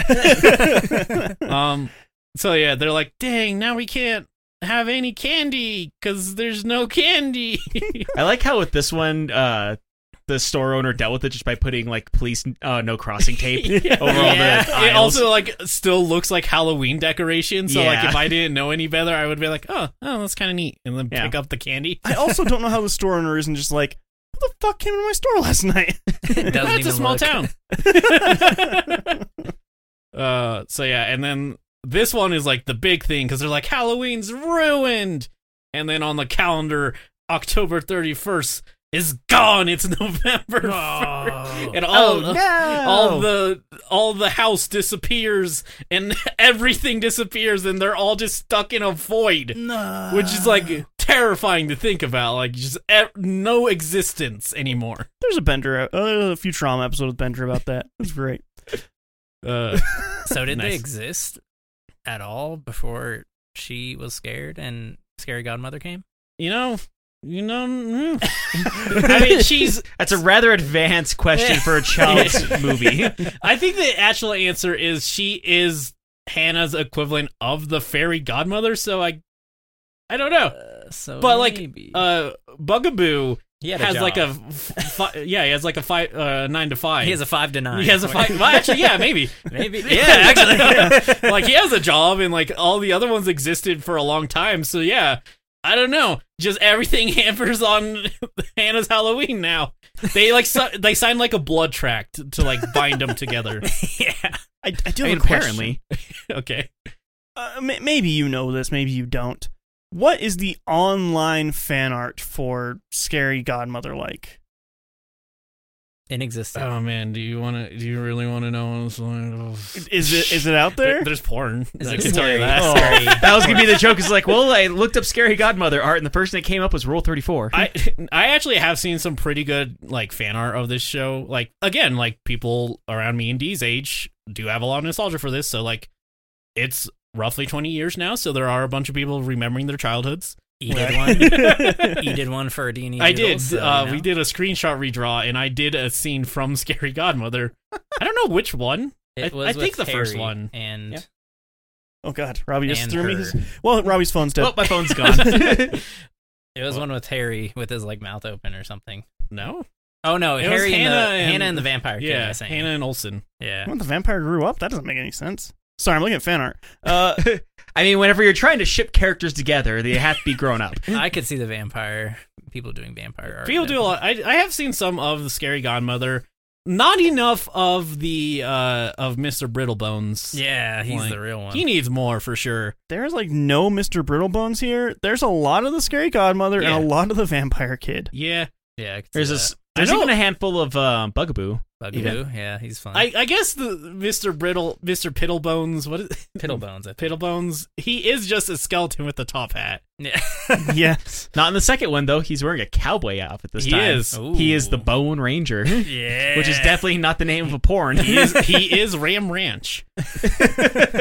um so yeah they're like dang now we can't have any candy because there's no candy *laughs*
I like how with this one, uh, the store owner dealt with it just by putting like police uh, no crossing tape over all
*laughs* Yeah.
the
*laughs* it
aisles.
also like still looks like halloween decoration so like
Yeah.
if i didn't know any better i would be like oh oh that's kind of neat and then
Yeah.
pick up the candy
*laughs* I also don't know how the store owner isn't just like, who the fuck came into my store last night? *laughs*
It doesn't
that's a
even
small
look.
town
*laughs*
*laughs* uh so yeah and then this one is like the big thing because they're like halloween's ruined and then on the calendar october 31st is gone it's *laughs* november 1st. and all
Oh, no.
all the all the house disappears and *laughs* everything disappears and they're all just stuck in a void
No.
which is like terrifying to think about like just ev- no existence anymore
There's a Bender, uh, a Futurama episode with Bender about that. That's great.
uh,
So did they
Nice.
exist at all before she was scared and scary godmother came?
you know you know mm. *laughs* i mean she's
*laughs* That's a rather advanced question for a child's movie.
*laughs* i think the actual answer is she is hannah's equivalent of the fairy godmother so i i don't know
Uh, so
But, like,
maybe.
uh bugaboo
he
has like a f- fi- yeah he has like a five uh, nine to five
he has a five to nine.
He has a
*laughs*
fight. Well, actually, yeah, *laughs* maybe.
Maybe.
Yeah, actually. like, he has a job, and, like, all the other ones existed for a long time. So, yeah, I don't know. Just everything *laughs* hampers on Hannah's Halloween now. They, like, si- they signed, like, a blood tract to, like, bind them together. *laughs*
yeah.
I, I do
I
have
mean,
a question.
apparently,
Okay.
uh, ma- maybe you know this, maybe you don't. What is the online fan art for Scary Godmother like?
In existence.
Oh, man. Do you want to, do you really want to know?
Is it is it out there?
There's porn.
Is
I
it
can tell you
scary?
that. Oh.
that was gonna be the joke. Is like, well, I looked up scary godmother art, and the person that came up was Rule Thirty Four.
I I actually have seen some pretty good like fan art of this show. Like again, like people around me and D's age do have a lot of nostalgia for this. So like, it's roughly twenty years now. So there are a bunch of people remembering their childhoods.
You did
*laughs*
one.
*laughs*
You did one for Adini.
I did.
Doodles, so,
uh,
you know.
We did a screenshot redraw, and I did a scene from *laughs* Scary Godmother. I don't know which one.
It
I-
was
I think
with
the first
Harry
one.
And
Yeah. oh God, Robbie just
And
threw me.
her.
His, well, Robbie's phone's dead.
oh, my phone's gone. *laughs*
it was one with Harry with his like mouth open or something.
No.
Oh no,
It was
Harry and, the,
Hannah and-
Hannah and the vampire. kid, I
Yeah,
was saying.
Hannah and Olsen.
Yeah.
Well, the vampire grew up. That doesn't make any sense. Sorry, I'm looking at fan art. Uh,
I mean, whenever you're trying to ship characters together, they have to be grown up.
I could see the vampire people doing vampire art.
People do a lot. I, I have seen some of the Scary Godmother. Not enough of the uh of Mr. Brittlebones.
Yeah, he's
Like,
the real one.
He needs more for sure.
there's like no Mr. Brittlebones here. There's a lot of the Scary Godmother
Yeah.
and a lot of the Vampire Kid.
*laughs* Yeah.
yeah, I could see
There's
that.
this. There's
I know-
even a handful of uh, bugaboo.
bugaboo. Yeah. he's fun.
I, I guess the Mr. Brittle Mr. Piddlebones, what is
Piddlebones. I
*laughs*
think.
Piddlebones? He is just a skeleton with a top *laughs* hat.
Yeah.
yes.
Not in the second one though. He's wearing a cowboy outfit this
He
time.
is.
He is the Bone Ranger, which
*laughs* yeah.
is definitely not the name of a porn.
He is, he is Ram Ranch.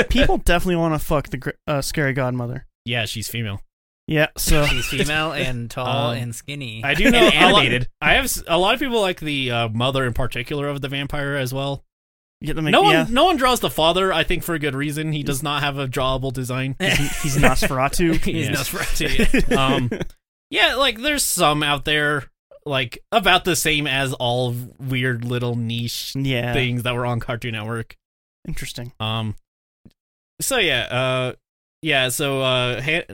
People definitely want to fuck the gr- uh, Scary Godmother.
Yeah, she's female.
Yeah. So
He's female and
*laughs*
tall
Um,
and skinny.
I do know
And
a lot-
animated.
I have s- a lot of people like the uh, mother in particular of the vampire as well. *laughs*
get them.
No one,
yeah.
no one draws the father. I think for a good reason. He does not have a drawable design.
*laughs*
He's, he's Nosferatu.
he's
Yeah.
*laughs* Nosferatu.
*laughs* um yeah like there's some out there like about the same as all weird little niche
*laughs* yeah.
things that were on cartoon network
Interesting.
um so yeah uh yeah so uh ha-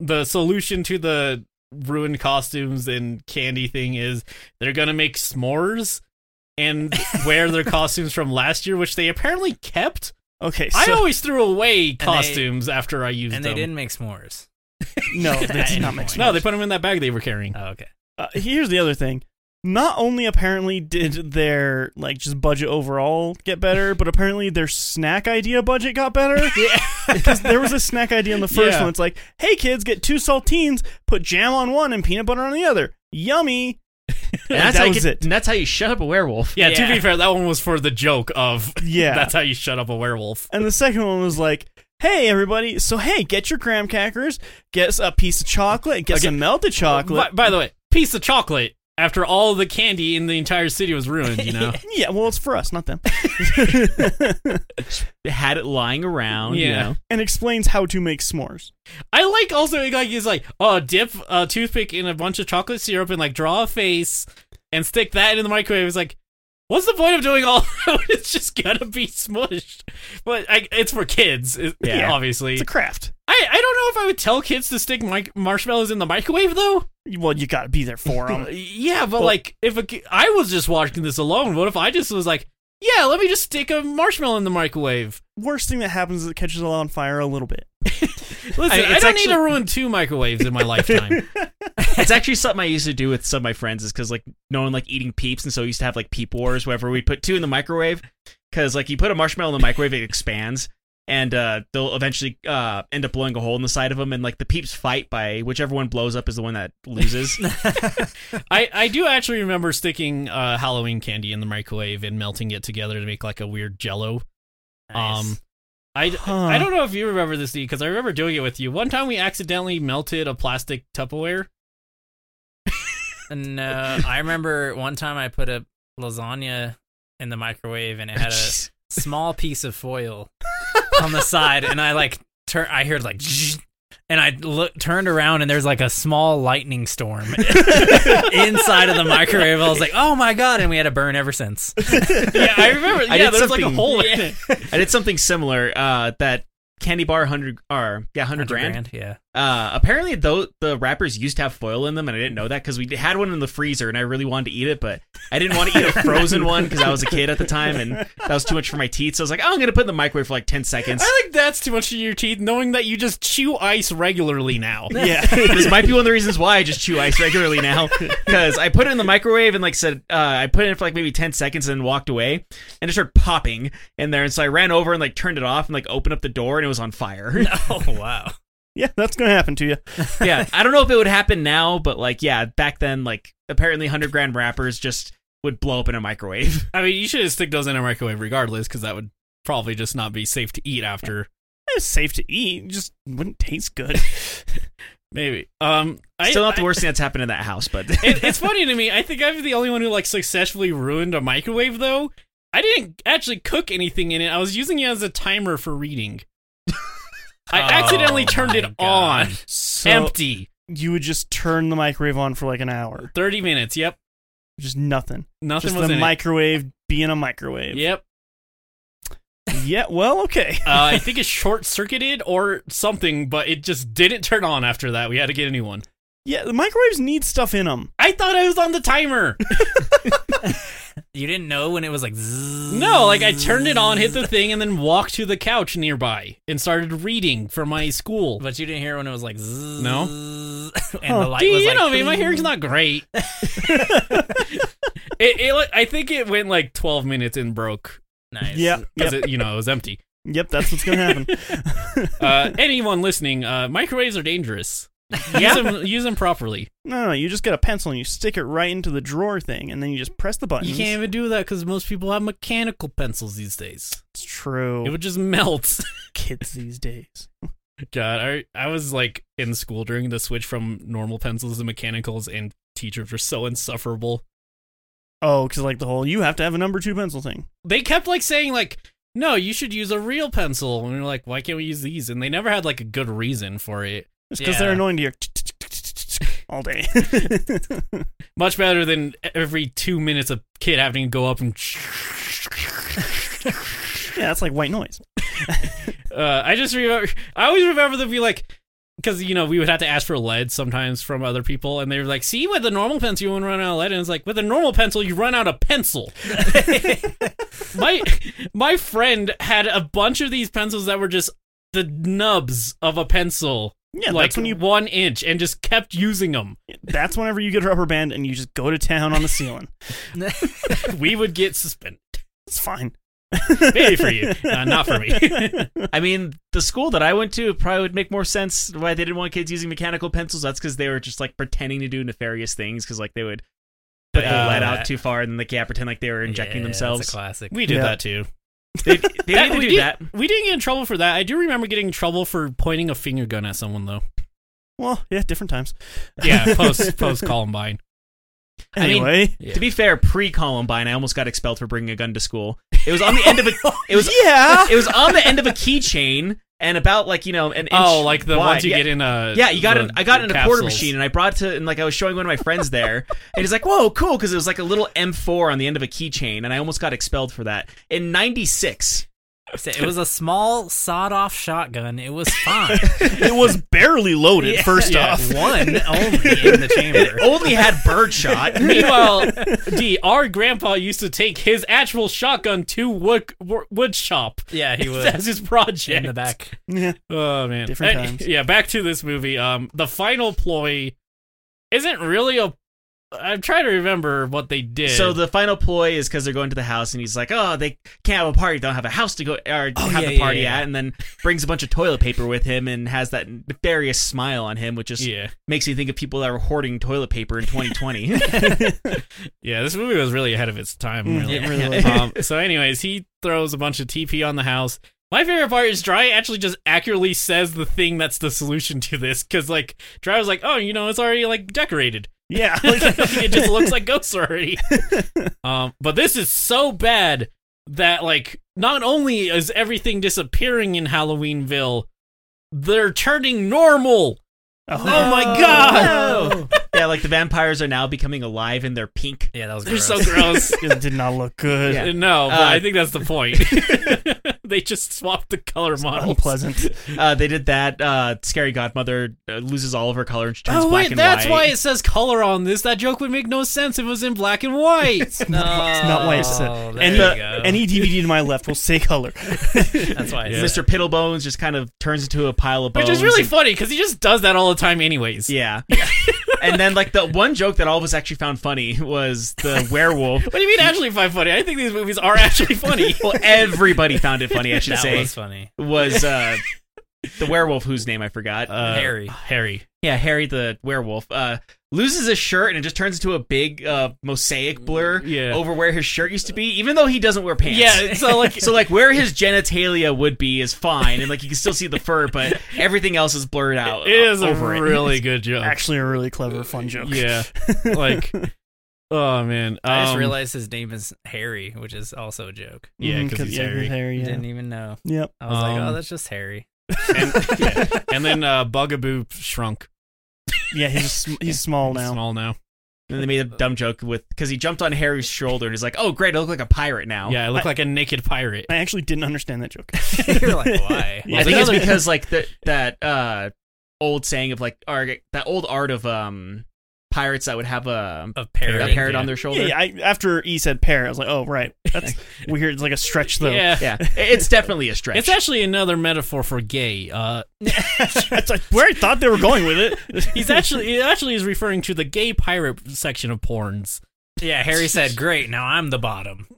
the solution to the ruined costumes and candy thing is they're gonna make s'mores
*laughs*
and wear their costumes from last year, which they apparently kept.
Okay.
I
So,
always threw away
they-
costumes after I used
and they
them.
didn't make s'mores.
*laughs*
no, that's not make
No,
sense.
*laughs*
they put them in that bag they were carrying.
Oh, okay.
Uh, here's the other thing. not only apparently did their like just budget overall get better, but apparently their snack idea budget got better.
*laughs*
Yeah, because there was a snack idea in the first
Yeah.
one. It's like, hey kids, get two saltines, put jam on one and peanut butter on the other.
*laughs*
Yummy.
*laughs* And that's
that
how you
was
get-
it.
And that's how you shut up a werewolf.
Yeah,
Yeah.
to be fair, that one was for the joke of *laughs*
Yeah.
that's how you shut up a werewolf.
And the second one was like, hey everybody, so hey, get your graham crackers, get a piece of chocolate, get some melted
By,
chocolate.
by the way, piece of chocolate after all the candy in the entire city was ruined,
*laughs*
you know?
yeah, well, it's for us, not them.
They had it lying around. you
Yeah.
know.
and explains how to make s'mores.
I like also like he's like, oh, dip a toothpick in a bunch of chocolate syrup and like draw a face and stick that in the microwave. It's like, what's the point of doing all *laughs* that? when it's just gonna be smushed. But I, it's for kids, it-
Yeah.
*laughs* obviously.
It's a craft.
I, I don't know if I would tell kids to stick mic- marshmallows in the microwave though.
Well, you got to be
*laughs*
there for them.
Yeah, but like if a ki- I was just watching this alone, what if I just was like, yeah, let me just stick a marshmallow in the microwave.
Worst thing that happens is it catches it on fire a little bit.
*laughs* Listen, I,
it's
don't need to
actually-
ruin two microwaves in my lifetime.
it's actually something I used to do with some of my friends is because like no one like eating peeps, and so we used to have like peep wars wherever we'd put two in the microwave because like you put a marshmallow in the microwave, it expands. And uh, they'll eventually uh, end up blowing a hole in the side of them, and like the peeps fight by whichever one blows up is the one that *laughs* loses.
I, I do actually remember sticking uh, Halloween candy in the microwave and melting it together to make like a weird jello. Um, I,
*laughs* Huh.
I don't know if you remember this, because I remember doing it with you. One time we accidentally melted a plastic Tupperware.
No, uh, I remember one time I put a lasagna in the microwave and it had *laughs*
*laughs*
a
Jeez.
small piece of foil on the side, and I like turn. I heard like, zzzz, and I look turned around, and there's like a small lightning storm *laughs* inside of the microwave. I was like, oh my god! And we had to burn ever since.
yeah, I remember.
I
Yeah,
did
there was like a
something- *laughs*
hole in it.
I did something similar. Uh, that candy bar hundred or yeah hundred grand.
yeah.
Uh, apparently though the wrappers used to have foil in them, and I didn't know that because we had one in the freezer, and I really wanted to eat it, but I didn't want to eat a frozen one because I was a kid at the time, and that was too much for my teeth. So I was like, oh, I'm gonna put it in the microwave for like ten seconds.
I think that's too much in your teeth, knowing that you just chew ice
*laughs*
regularly now.
yeah.
*laughs*
*laughs*
this might be one of the reasons why I just chew ice regularly now because I put it in the microwave and like said uh, I put it in for like maybe ten seconds and then walked away and it started popping in there, and so I ran over and like turned it off and like opened up the door and it was on fire.
*laughs* Oh wow.
yeah, that's going to happen to you.
yeah, I don't know if it would happen now, but like, yeah, back then, like, apparently hundred grand wrappers just would blow up in a microwave.
I mean, you should stick those in a microwave regardless, because that would probably just not be safe to eat after.
It's safe to eat. It just wouldn't
*laughs*
taste good.
Maybe. Um, I,
Still not the
I-
worst thing that's happened in that house, but
it, it's funny to me. I think I'm the only one who like successfully ruined a microwave, though. I didn't actually cook anything in it. I was using it as a timer for reading. I
*laughs*
Oh,
accidentally turned
my
it on.
God.
So
Empty.
you would just turn the microwave on for like an hour.
Thirty minutes. Yep.
Just nothing.
Nothing
just
was
the
in
microwave being a
it.
microwave.
Yep.
Yeah, well, okay.
Uh, I think it short circuited or something, but it just didn't turn on after that. We had to get a new one.
Yeah, the microwaves need stuff in them.
I thought I was on the timer.
You didn't know when it was like. Zzz.
No, like I turned it on, hit the thing, and then walked to the couch nearby and started reading for my school.
But you didn't hear when it was like. Zzz,
No.
*laughs* And
Huh.
the light
Dude,
was
you
like.
know me, my hearing's not great. *laughs* it, it, like, I think it went like 12 minutes and broke
Nice. *laughs*
Yeah.
because
Yep.
you know it was empty.
Yep, that's what's going to
*laughs*
happen.
Uh, anyone listening, uh, microwaves are dangerous. Use them, use them properly.
no, no, you just get a pencil and you stick it right into the drawer thing, and then you just press the buttons.
You can't even do that because most people have mechanical pencils these days.
It's true.
It would just melt. *laughs*
kids these days.
God, I I was like in school during the switch from normal pencils to mechanicals, and teachers were so insufferable.
Oh, because like the whole you have to have a number two pencil thing.
They kept like saying like, "No, you should use a real pencil," and we were like, "Why can't we use these?" And they never had like a good reason for it.
It's because they're
Yeah.
annoying to you *laughs* all day. *laughs*
Much better than every two minutes a kid having to go up and.
yeah, that's like white noise.
Uh, I just remember. I always remember them be like, because you know we would have to ask for lead sometimes from other people, and they were like, "See, with a normal pencil, you wouldn't run out of lead." And it's like, with a normal pencil, you run out of pencil. my my friend had a bunch of these pencils that were just the nubs of a pencil.
Yeah,
like
that's when you.
one inch, and just kept using them.
That's whenever you get a rubber band and you just go to town on the ceiling.
we would get suspended.
It's fine.
*laughs* Maybe for you, uh, not for me.
I mean, the school that I went to it probably would make more sense why they didn't want kids using mechanical pencils. That's because they were just like pretending to do nefarious things because like they would put the
Uh,
lead out too far and they can't pretend like they were injecting
Yeah, That's
themselves.
a classic.
We did
Yeah.
that too.
They, they
*laughs* That-
need to
we
do
did-
that.
We didn't get in trouble for that. I do remember getting in trouble for pointing a finger gun at
*laughs*
someone though.
*laughs* well, yeah, different times.
Yeah,
*laughs*
post post Columbine.
I mean,
Anyway,
Yeah.
To be fair, pre Columbine, I almost got expelled for bringing a gun to school. It was on the
*laughs*
end of a. It was.
yeah.
It was on the end of a keychain and about like you know an *laughs* inch
Oh, like the
wide.
ones you
yeah,
get in a
Yeah, you got
the
an, I got in a quarter
capsules.
machine *laughs* and I brought it to and like I was showing one of my friends there and he's like, "Whoa, cool!" Because it was like a little M4 on the end of a keychain and I almost got expelled for that in '96.
So It was a small sawed-off shotgun. It was
*laughs*
fine.
*laughs* it was barely loaded. First
Yeah. *laughs*
off,
One only in the chamber.
Oh.
Only had
*laughs*
birdshot.
*laughs* Meanwhile, D, our grandpa used to take his actual shotgun to wood wood shop.
Yeah,
*laughs*
he was
That's his project
in the back.
yeah.
Oh man,
Different
Uh, *laughs*
times.
Yeah, back to this movie. Um, the final ploy isn't really a. I'm trying to remember what they did.
So the final ploy is because they're going to the house, and he's like, "Oh, they can't have a party. They don't have a house to go or
Oh,
have
yeah,
the party
yeah, yeah.
at." And then brings a bunch of toilet paper with him, and has that nefarious smile on him, which just
yeah,
makes me think of people that were hoarding toilet paper in 2020. *laughs*
*laughs* yeah, this movie was really ahead of its time.
Mm,
Really. *laughs*
it really was.
um, so, anyways, he throws a bunch of TP on the house. My favorite part is Dry actually just accurately says the thing that's the solution to this because like Dry was like, oh, you know, it's already like decorated. *laughs*
yeah. *laughs*
it just looks like ghosts already. um, but this is so bad that like not only is everything disappearing in Halloweenville, they're turning normal.
oh,
Oh my god,
Oh. yeah, like the vampires are now becoming alive, and they're pink.
Yeah, that was
they're
gross.
so
*laughs*
gross.
It did not look good.
Yeah.
No, but
Uh,
I think that's the point. *laughs* they just swapped the color model.
Unpleasant.
Uh, they did that. Uh, Scary Godmother uh, loses all of her color and she turns
Oh
black
wait,
and
that's why
white.
it says color on this. That joke would make no sense if it was in black and white. Uh,
It's not, it's not why I
Oh,
said
there
any,
you go.
any DVD to my left will
*laughs*
say color.
That's why. I
Yeah.
Mr.
said
Piddlebones just kind of turns into a pile of bones.
Which is really
and-
funny because he just does that all the time, anyways. *laughs*
Yeah. and then like the one joke that all of us actually found funny was the werewolf.
What do you mean actually find funny? I think these movies are actually funny.
*laughs* well, everybody found it funny, I should
that
say.
was funny.
Was uh the werewolf whose name I forgot. Uh,
Harry.
Harry.
Yeah, Harry the werewolf. Uh loses his shirt and it just turns into a big uh mosaic blur
Yeah.
over where his shirt used to be, even though he doesn't wear pants.
Yeah, so like
*laughs* So like where his genitalia would be is fine, and like you can still see the fur,
*laughs*
but everything else is blurred out.
it is a
over it.
really good joke.
Actually, a really clever, fun joke.
yeah. Like oh man.
I just
Um,
realized his name is Harry, which is also a joke.
Yeah,
Mhm,
'cause he's
yeah,
hairy.
I
yeah.
Didn't even know.
Yep.
I was like,
Um,
oh, that's just Harry. *laughs*
and, yeah. And then uh Bugaboo shrunk. *laughs*
Yeah, he's just, sm- he's small now.
Small now.
And they made a dumb joke with because he jumped on Harry's shoulder and he's like, "Oh, great, I look like a pirate now."
Yeah, I look
I-
like a naked pirate.
I actually didn't understand
*laughs*
that joke.
You're like,
*laughs*
why?
Yeah.
I think it's
Another- *laughs*
because like the, that uh, old saying of like or, that old art of um pirates that would have a,
A
a
parrot.
parrot
yeah.
on their shoulder.
Yeah, yeah, I, after E said pear, I was like, oh, right.
*laughs*
That's weird. It's like a stretch, though.
yeah.
Yeah, it- it's definitely a stretch.
It's actually another metaphor for gay. Uh,
*laughs* That's like where I thought they were going with it.
*laughs* he's actually he actually is referring to the gay pirate section of porns.
Yeah, Harry said, *laughs* great, now I'm the bottom.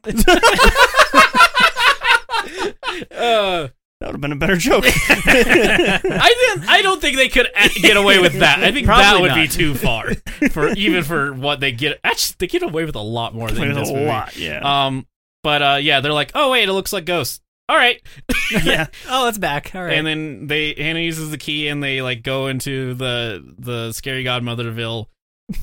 Uh,
That would have been a better joke.
*laughs* I didn't, I don't think they could a- get away with that. I think that
Probably
would be
not.
too far for even for what they get. Actually, they get away with a lot more
*laughs*
than
There's
this
a
movie.
lot,
*laughs*
yeah.
Um, but uh, yeah, they're like, oh wait, it looks like ghosts. All right,
*laughs* yeah.
Oh, it's back. All right.
and then they Hannah uses the key and they like go into the the scary godmotherville.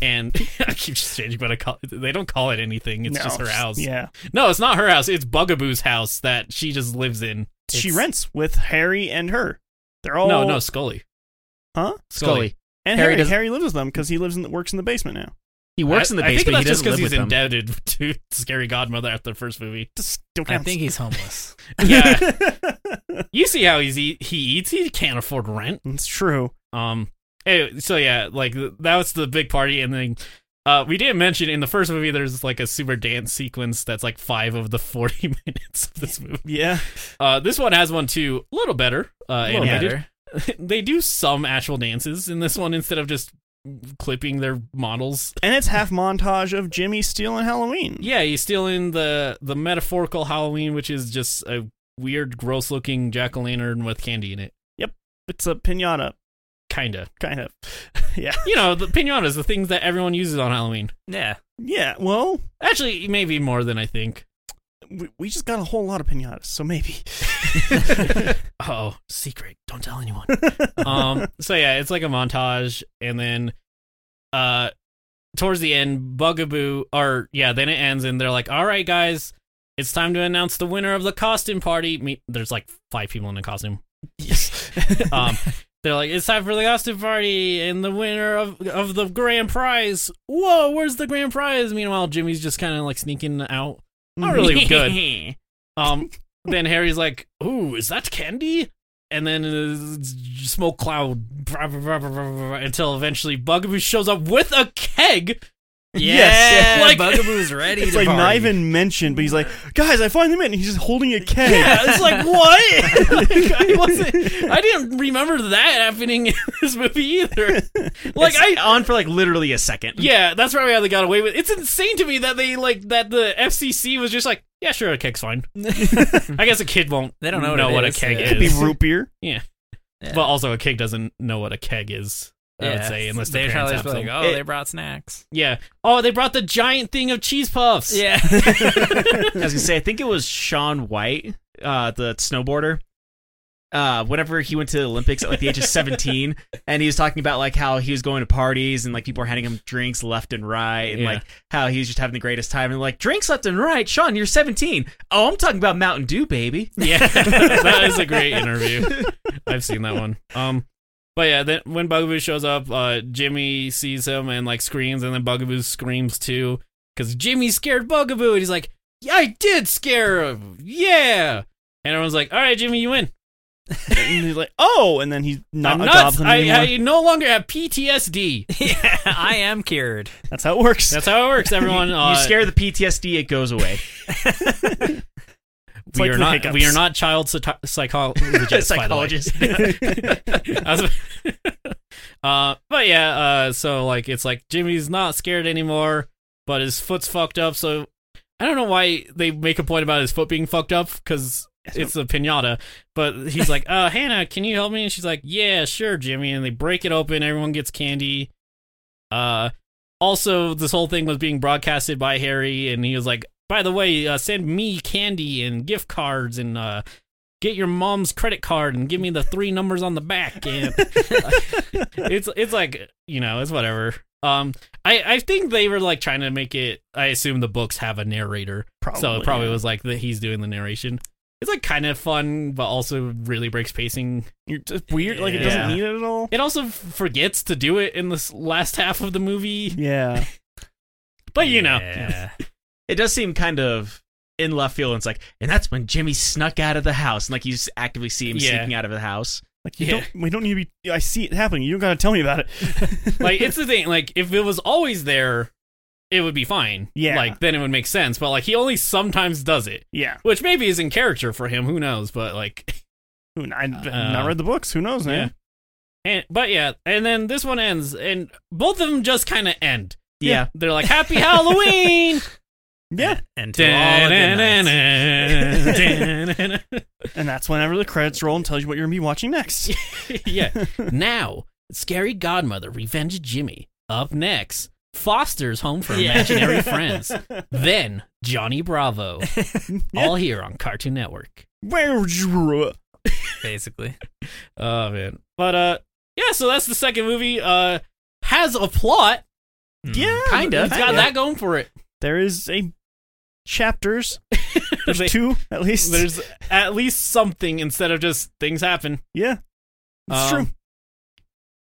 And *laughs* I keep just changing, but I call they don't call it anything. It's
No,
just her house.
Yeah.
No, it's not her house. It's Bugaboo's house that she just lives in.
She
It's-
rents with Harry and her. They're all.
Oh.
No, no, Scully.
Huh?
Scully.
And
Harry
Harry, Harry,
doesn't-
lives with them because he lives in the, works in the basement now.
He works
I-
in the
I think
basement.
that's
He doesn't live
just
with
he's
them.
indebted *laughs* to Scary Godmother after the first movie.
Just don't
I
count. *laughs*
think he's homeless.
Yeah, you see how he's eat, he eats. He can't afford rent.
it's true.
Um. Anyway, so yeah, like th- that was the big party, and then uh, we didn't mention in the first movie there's like a super dance sequence that's like five of the *laughs* forty minutes of this movie.
Yeah.
Uh, this one has one too, a little better uh,
Little
animated.
better.
*laughs* they do some actual dances in this one instead of just clipping their models.
and it's half montage of Jimmy stealing Halloween.
Yeah, he's stealing the the metaphorical Halloween, which is just a weird, gross looking jack o' lantern with candy in it.
It's a pinata,
Kinda.
kind of.
You know, the pinatas, the things that everyone uses on Halloween.
Yeah.
Yeah, well,
Actually, maybe more than I think.
we, we just got a whole lot of pinatas, so maybe.
Oh, secret. Don't tell anyone. um so yeah it's like a montage and then uh towards the end bugaboo or yeah then it ends and they're like all right guys it's time to announce the winner of the costume party Me- there's like five people in the costume
*laughs* yes.
um they're like it's time for the costume party and the winner of of the grand prize whoa where's the grand prize meanwhile jimmy's just kind of like sneaking out not really good
*laughs*
um, then Harry's like, "Ooh, is that candy?" And then uh, smoke cloud blah, blah, blah, blah, blah, blah, blah, until eventually Bugaboo shows up with a keg.
Yes.
Yeah,
Like- *laughs*
Bugaboo's ready
It's
to
like
party.
not even mentioned, but he's like, guys, I finally met, and he's just holding a keg. *laughs*
Yeah, *laughs* it's like what? Like, I wasn't. I didn't remember that happening in this movie
*laughs*
either. *laughs* Like
*laughs* It's
I.
on for like literally a second.
Yeah, that's probably how they got away with. It's insane to me that they like that the FCC was just like, yeah, sure, a keg's
*laughs*
fine. I guess a kid won't.
They don't know what
know
it
what
is,
a keg
yeah.
is.
Could be root beer.
But also, a kid doesn't know what a keg is. I would
Yeah.
say unless
they
their
probably
parents
just
have
be like,
some.
oh,
It-
they brought snacks.
Yeah. Oh, they brought the giant thing of cheese puffs.
Yeah.
I was gonna say, I think it was Sean White, uh, the snowboarder. Uh, whenever he went to the Olympics at like the age of
*laughs*
seventeen, and he was talking about like how he was going to parties and like people were handing him drinks left and right, and
Yeah.
like how he was just having the greatest time, and like drinks left and right. Sean, you're seventeen. Oh, I'm talking about Mountain Dew, baby.
*laughs*
*laughs*
Yeah. that is a great interview. I've seen that one. Um, but yeah, then when Bugaboo shows up, uh, Jimmy sees him and like screams, and then Bugaboo screams too because Jimmy scared Bugaboo, and he's like, "Yeah, I did scare him. Yeah." And everyone's like, "All right, Jimmy, you win."
And he's like, oh, and then he's not
I'm
a
nuts.
goblin
I,
anymore.
I no longer have PTSD.
yeah. *laughs* I am cured.
That's how it works.
That's how it works.
*laughs*
Everyone, uh,
you scare the PTSD, it goes
*laughs*
away.
It's
we
like
are
the
not.
hiccups.
We are not child psycho-
*laughs*
psychologists. by the way. *laughs*
Psychologist.
I was- *laughs* uh, but yeah, uh, so like it's like Jimmy's not scared anymore, but his foot's fucked up. So I don't know why they make a point about his foot being fucked up because it's a pinata. But he's
*laughs*
like, uh, Hannah, can you help me? And she's like, Yeah, sure, Jimmy. And they break it open. Everyone gets candy. Uh, also, this whole thing was being broadcasted by Harry, and he was like, By the way, uh, send me candy and gift cards and uh, get your mom's credit card and give me the three numbers on the back and uh, *laughs* it's it's like you know it's whatever um i i think they were like trying to make it i assume the books have a narrator so it probably was like that he's doing the narration it's like kind of fun but also really breaks pacing
You're just weird. Like it doesn't
Yeah.
need it at all.
it also f- forgets to do it in this last half of the movie
Yeah.
but you know
Yeah.
*laughs* it does seem kind of in left field. And it's like, and that's when Jimmy snuck out of the house, and like you just actively see him
Yeah.
sneaking out of the house.
Like you
Yeah.
don't. We don't need to be. I see it happening. You don't got to tell me about it.
*laughs* like it's the thing like if it was always there it would be fine
Yeah.
like then it would make sense but like he only sometimes does it
yeah.
which maybe is in character for him. Who knows? But like, *laughs*
Who- I, have
Uh,
not read the books. Who knows, man?
and but yeah, and then this one ends, and both of them just kind of end.
Yeah.
they're like Happy Halloween.
Yeah.
And *laughs* to all the good nights.
*laughs* yeah.
*laughs*
And that's whenever the credits roll and tells you what you're gonna be watching next.
*laughs* Now, scary godmother revenge Jimmy. Up next, Foster's home *laughs* for
Yeah.
imaginary *laughs* friends. Then Johnny *laughs* Bravo. All here on Cartoon Network.
*laughs* Where you?
basically.
Oh man. But uh yeah, so that's the second movie. Uh has a plot. Hmm.
Yeah.
Kinda. It's got
kinda.
that going for it.
There is a chapters. There's
They-
two at least.
There's at least something instead of just things happen.
yeah. It's
Um,
true.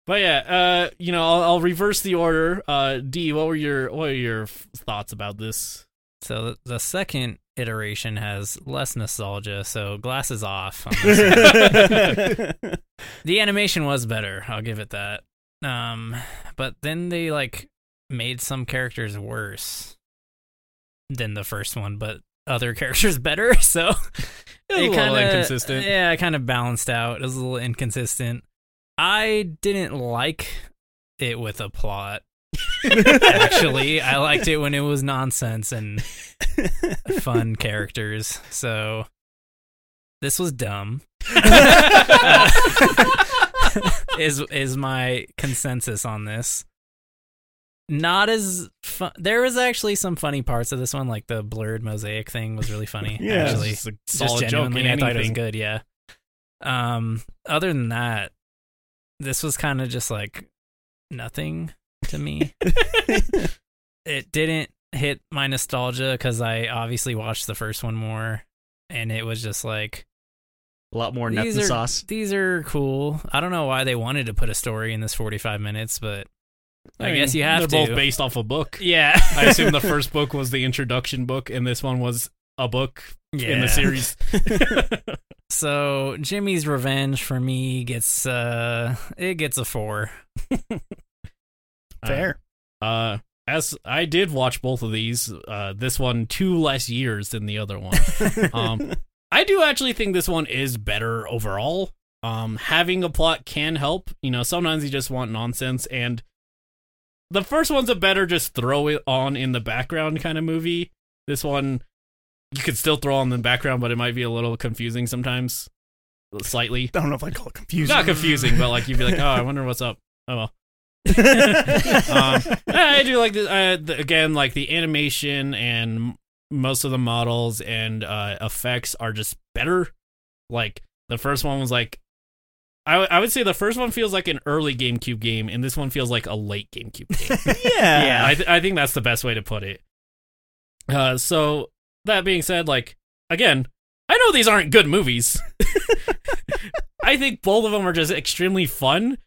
But yeah, uh, you know, I'll, I'll reverse the order. Uh, D, what were your what were your f- thoughts about this?
So the second iteration has less nostalgia. So glasses off.
Um.
*laughs*
the animation was better. I'll give it that. Um, but then they like made some characters worse than the first one, but other *laughs* characters better. So
It was a little
kinda-
inconsistent.
Yeah, it kind of balanced out. It was a little inconsistent. I didn't like it with
*laughs*
a plot. Actually, I liked it when it was nonsense and fun characters. So this was dumb. Uh, *laughs* is is my consensus on this. Not as fun. There was actually some funny parts of this one, like the blurred mosaic thing was really funny.
Yeah,
actually,
It's just a
Just
solid joke.
genuinely,
in
I thought it was
anything.
good. Yeah. Um. Other than that, this was kind of just like nothing
*laughs*
to me. it didn't hit my nostalgia because I obviously watched the first one more, and it was just like
A lot more nuts
These
and
are-
sauce.
these are cool. I don't know why they wanted to put a story in this forty-five minutes, but I,
mean,
guess you have
They're
to.
both based off a book.
*laughs* yeah.
I assume the first book was the introduction book, and this one was a book *laughs* in
Yeah.
*laughs*
the
*laughs*
series.
So Jimmy's revenge for me gets uh it gets a four.
Fair.
Uh, as I did watch both of these, uh, this one two less years than the other one. um, I do actually think this one is better overall. Um, having a plot can help. You know, sometimes you just want nonsense, and the first one's a better just throw it on in the background kind of movie. This one, you could still throw on in the background, but it might be a little confusing sometimes, slightly.
I don't know if I call it confusing.
Not confusing, but like you'd be like, oh, I wonder what's up. Oh well.
*laughs*
um, I do like this. Uh, the, again, like the animation and m- most of the models and uh, effects are just better. Like the first one was like, I w- I would say the first one feels like an early GameCube game, and this one feels like a late GameCube game.
yeah.
Yeah.
I, th- I think that's the best way to put it. Uh, so that being said, like again, I know these aren't good
*laughs*
movies. I think both of them are just extremely fun,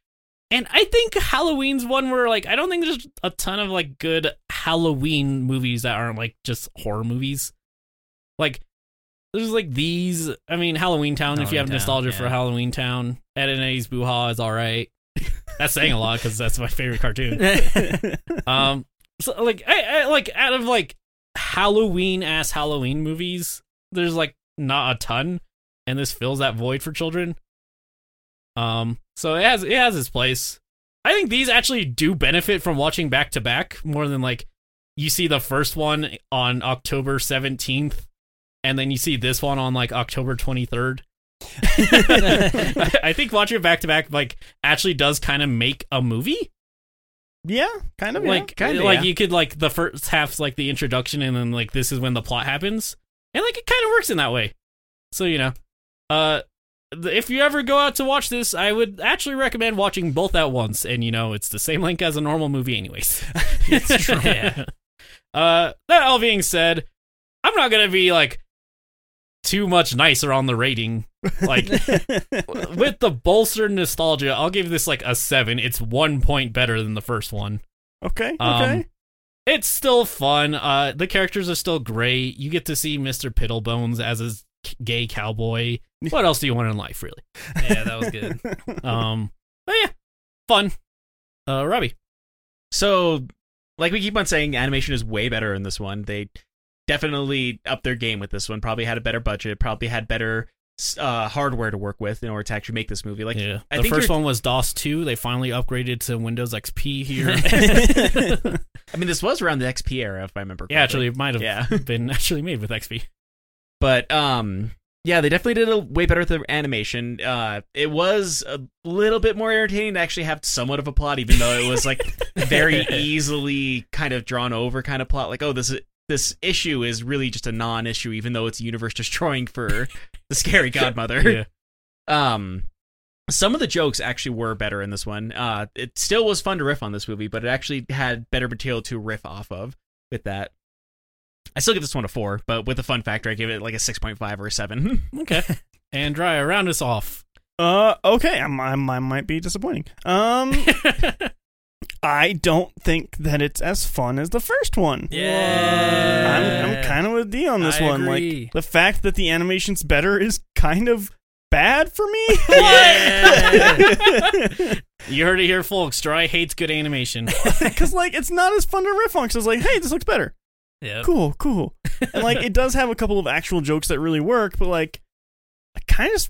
and I think Halloween's one where like I don't think there's a ton of like good Halloween movies that aren't like just horror movies. Like there's like these. I mean, Halloween Town. if you
Halloween
have
Town,
nostalgia for
yeah.
Halloween Town, Ed and Eddie's Boo Ha is all right. that's saying a lot because that's my favorite cartoon um so like I, I like out of like halloween ass halloween movies there's like not a ton and this fills that void for children um so it has it has its place i think these actually do benefit from watching back to back more than like you see the first one on october 17th and then you see this one on like october 23rd *laughs* I I think watching it back to back like actually does kind of make a movie
*laughs* yeah, kind of. Oh, yeah.
like
Kinda,
like
yeah.
you could like the first half's like the introduction and then like this is when the plot happens and like it kind of works in that way so you know uh th- if you ever go out to watch this i would actually recommend watching both at once and you know it's the same length as a normal movie anyways it's *laughs*
true. Yeah.
uh that all being said i'm not gonna be like too much nicer on the rating
*laughs*
like with the bolstered nostalgia i'll give this like a seven it's one point better than the first one
okay. Okay.
um, it's still fun. Uh, the characters are still great. You get to see Mr. Piddlebones as a k-
*laughs*
gay cowboy. What else do you want in life, really?
yeah, that was good.
*laughs* Um, but yeah, fun. Uh, Robbie,
So, like we keep on saying, animation is way better in this one. They definitely upped their game with this one. Probably had a better budget. Probably had better s- uh, hardware to work with in order to actually make this movie. Like,
yeah.
I
the
think
1st
you're-
one was DOS two. They finally upgraded to Windows
*laughs*
XP here. *laughs*
I mean, this was around the XP era, if I remember.
yeah,
correctly.
actually, it might have *laughs*
yeah.
been actually made with XP.
but um yeah they definitely did a way better with the animation uh it was a little bit more entertaining to actually have somewhat of a plot even though it
*laughs*
was like very easily kind of drawn over kind of plot like oh this this issue is really just a non-issue even though it's universe destroying for the scary godmother
*laughs* Yeah.
um some of the jokes actually were better in this one uh it still was fun to riff on this movie but it actually had better material to riff off of with that i still give this one a four but with the fun factor i give it like a 6.5 or a *laughs* 7
Okay. And Dry, round us off.
Uh, okay, I'm, I'm, I might be disappointing.
*laughs*
Um, I don't think that it's as fun as the first one.
Yeah.
I'm, I'm kind of with D on this
I
one.
agree.
Like the fact that the animation's better is kind of bad for
*laughs*
me. *laughs*
*laughs* You heard it here, folks. Dry hates good animation.
Because like it's not as fun to riff on. Because it's like, hey, this looks better.
Yep.
Cool, cool.
*laughs*
And like it does have a couple of actual jokes that really work, but like I kind of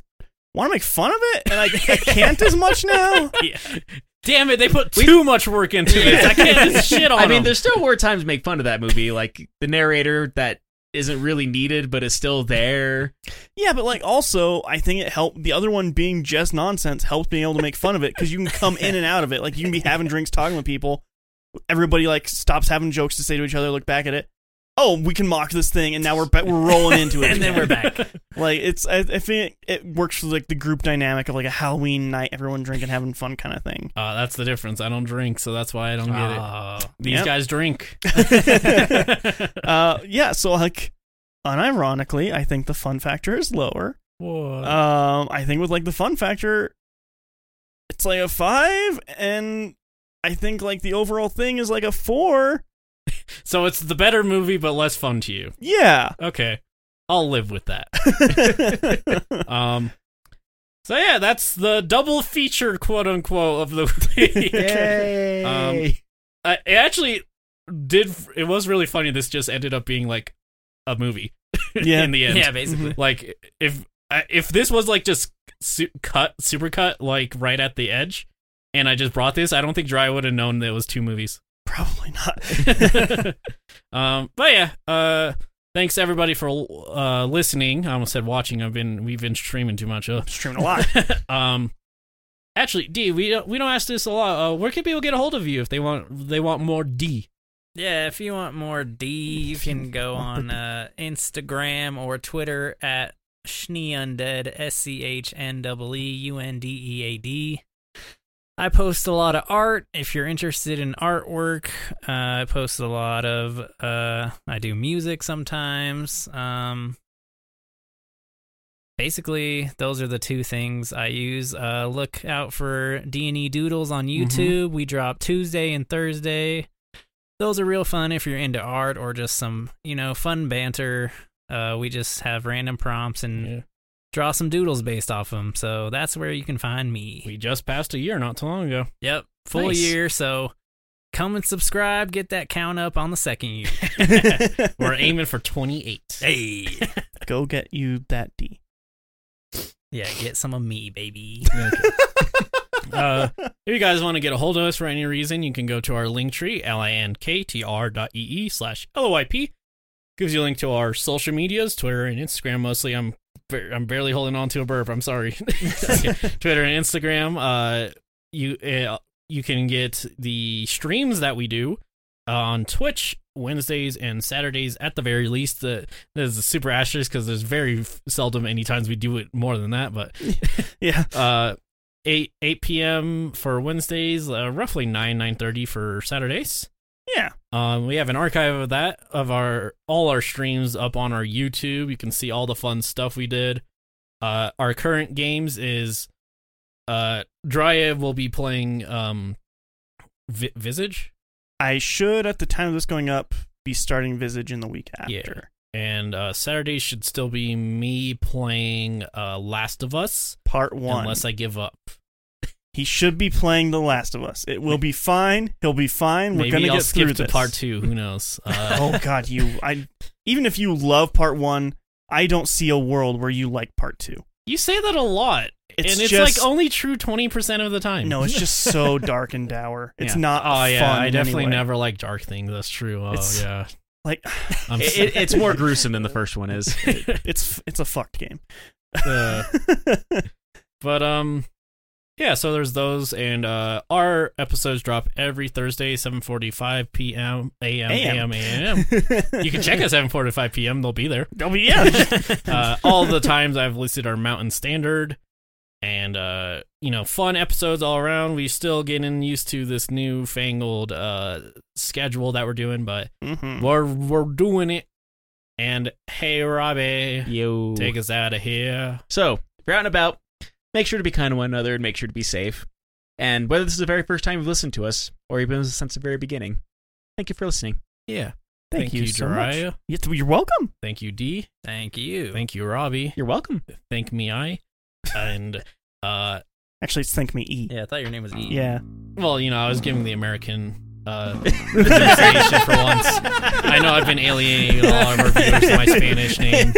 want to make fun of it, and I, I can't as much now.
*laughs* Damn it, they put too much work into this. I can't
*laughs*
just *laughs* shit on
I mean,
them.
there still were times to make fun of that movie, like the narrator that isn't really needed but is still there.
Yeah, but like also, I think it helped the other one being just nonsense helped being able to make fun of it because you can come in and out of it. Like you can be having drinks, talking with people. Everybody like stops having jokes to say to each other. Look back at it. Oh, we can mock this thing, and now we're ba- we're rolling into
*laughs*
it,
And then we're back.
Like it's I, I think it, it works for like the group dynamic of like a Halloween night, everyone drinking, having fun kind of thing.
*laughs* Uh, that's the difference. I don't drink, so that's why I don't get it.
Uh,
Ah.
These
Yep.
*laughs*
guys drink. *laughs*
Uh, yeah, so like, unironically, I think the fun factor is lower.
Whoa.
Um, I think with like the fun factor, it's like a five, and I think like the overall thing is like a four.
so it's the better movie, but less fun to you.
Yeah.
*laughs*
*laughs*
Okay, I'll live with that.
yeah.
Um, so yeah, that's the double feature, quote unquote, of the week.
Yay!
Um, *laughs* I, it actually did. It was really funny. This just ended up being like a movie in the end.
yeah, basically.
like if I- if this was like just su- cut super cut like right at the edge and i just brought this i don't think dry would have known that it was two movies *laughs*
Probably not.
um but yeah uh thanks everybody for uh listening i almost said watching i've been we've been streaming too much uh,
Streaming
*laughs*
a lot.
um actually d we don't we don't ask this a lot uh, where can people get a hold of you if they want they want more d
Yeah, if you want more D, you can go on uh, Instagram or Twitter at Schneeundead, S C H N E E U N D E A D. I post a lot of art. If you're interested in artwork, uh, I post a lot of. Uh, I do music sometimes. Um, basically, those are the two things I use. Uh, look out for D and E Doodles on
Mhm.
YouTube. We drop Tuesday and Thursday those are real fun if you're into art or just some you know fun banter uh, we just have random prompts and
Yeah.
draw some doodles based off them so that's where you can find me
we just passed a year not too long ago
yep full
Nice.
year so come and subscribe get that count up on the second year
we're aiming for 28
hey
Go get you that D.
*laughs* yeah get some of me baby
uh, if you guys want to get a hold of us for any reason, you can go to our link tree, linktr dot ee slash LOIP. Gives you a link to our social medias, Twitter and Instagram mostly. I'm bar- I'm barely holding on to a burp. I'm sorry. *laughs* Okay. Twitter and Instagram. Uh, you uh, you can get the streams that we do on Twitch Wednesdays and Saturdays at the very least. The, there's a super asterisk because there's very f- seldom any times we do it more than that, but
Yeah.
uh, eight eight p.m. for Wednesdays, uh, roughly nine nine thirty for Saturdays.
Yeah.
Um, we have an archive of that of our all our streams up on our YouTube. You can see all the fun stuff we did. Uh, our current games is uh, Dryad will be playing um, Vi- Visage,
I should, at the time of this going up, be starting Visage in the week after.
Yeah. and uh, Saturdays should still be me playing uh, Last of Us,
Part one.
unless I give up.
he should be playing The Last of Us. It will be fine. He'll be fine. We're
Maybe
gonna
I'll
get
skip
through
to
this.
part two. Who
*laughs*
knows? Uh,
oh god you i even if you love part one i don't see a world where you like part two
You say that a lot.
It's
and it's
just-
like only true 20% of the time.
no it's
*laughs*
just so dark and dour it's
Yeah.
not
Oh, yeah.
fun
I
in
definitely
any way.
never like dark things. That's true. Oh,
It's- *laughs*
yeah. *laughs*
like
I'm
It- it- it's more gruesome than the first one
*laughs*
is.
it's it's a fucked game *laughs*
uh, but, um, yeah, so there's those. And uh, our episodes drop every Thursday, 7.45 p.m., a.m.,
AM.
a.m., a.m.
*laughs*
You can check us 7.45 p.m. They'll be there.
oh, *laughs* yeah
uh, all the times I've listed our mountain standard and uh, you know fun episodes all around. We still getting used to this new fangled uh, schedule that we're doing, but
Mhm.
we're we're doing it. And hey, Robbie,
Yo.
take us out of here.
So, if you're out and about, make sure to be kind to one another and make sure to be safe. And whether this is the very first time you've listened to us or you've been with us since the very beginning, thank you for listening.
Yeah.
thank, you, so much
Jiraiya.
Yes, you're welcome
Thank you, D.
thank you
Thank you, Robbie.
You're welcome.
Thank me, I. And uh,
actually it's thank me e
yeah i thought your name was e
yeah
well, you know, I was giving the American uh,
*laughs*
pronunciation for once. I know I've been alienating all our
*laughs*
reviewers to my Spanish name.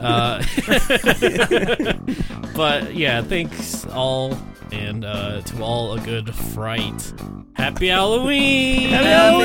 Uh, *laughs* but yeah, thanks all, and uh, to all a good fright. Happy Halloween!
Happy Halloween!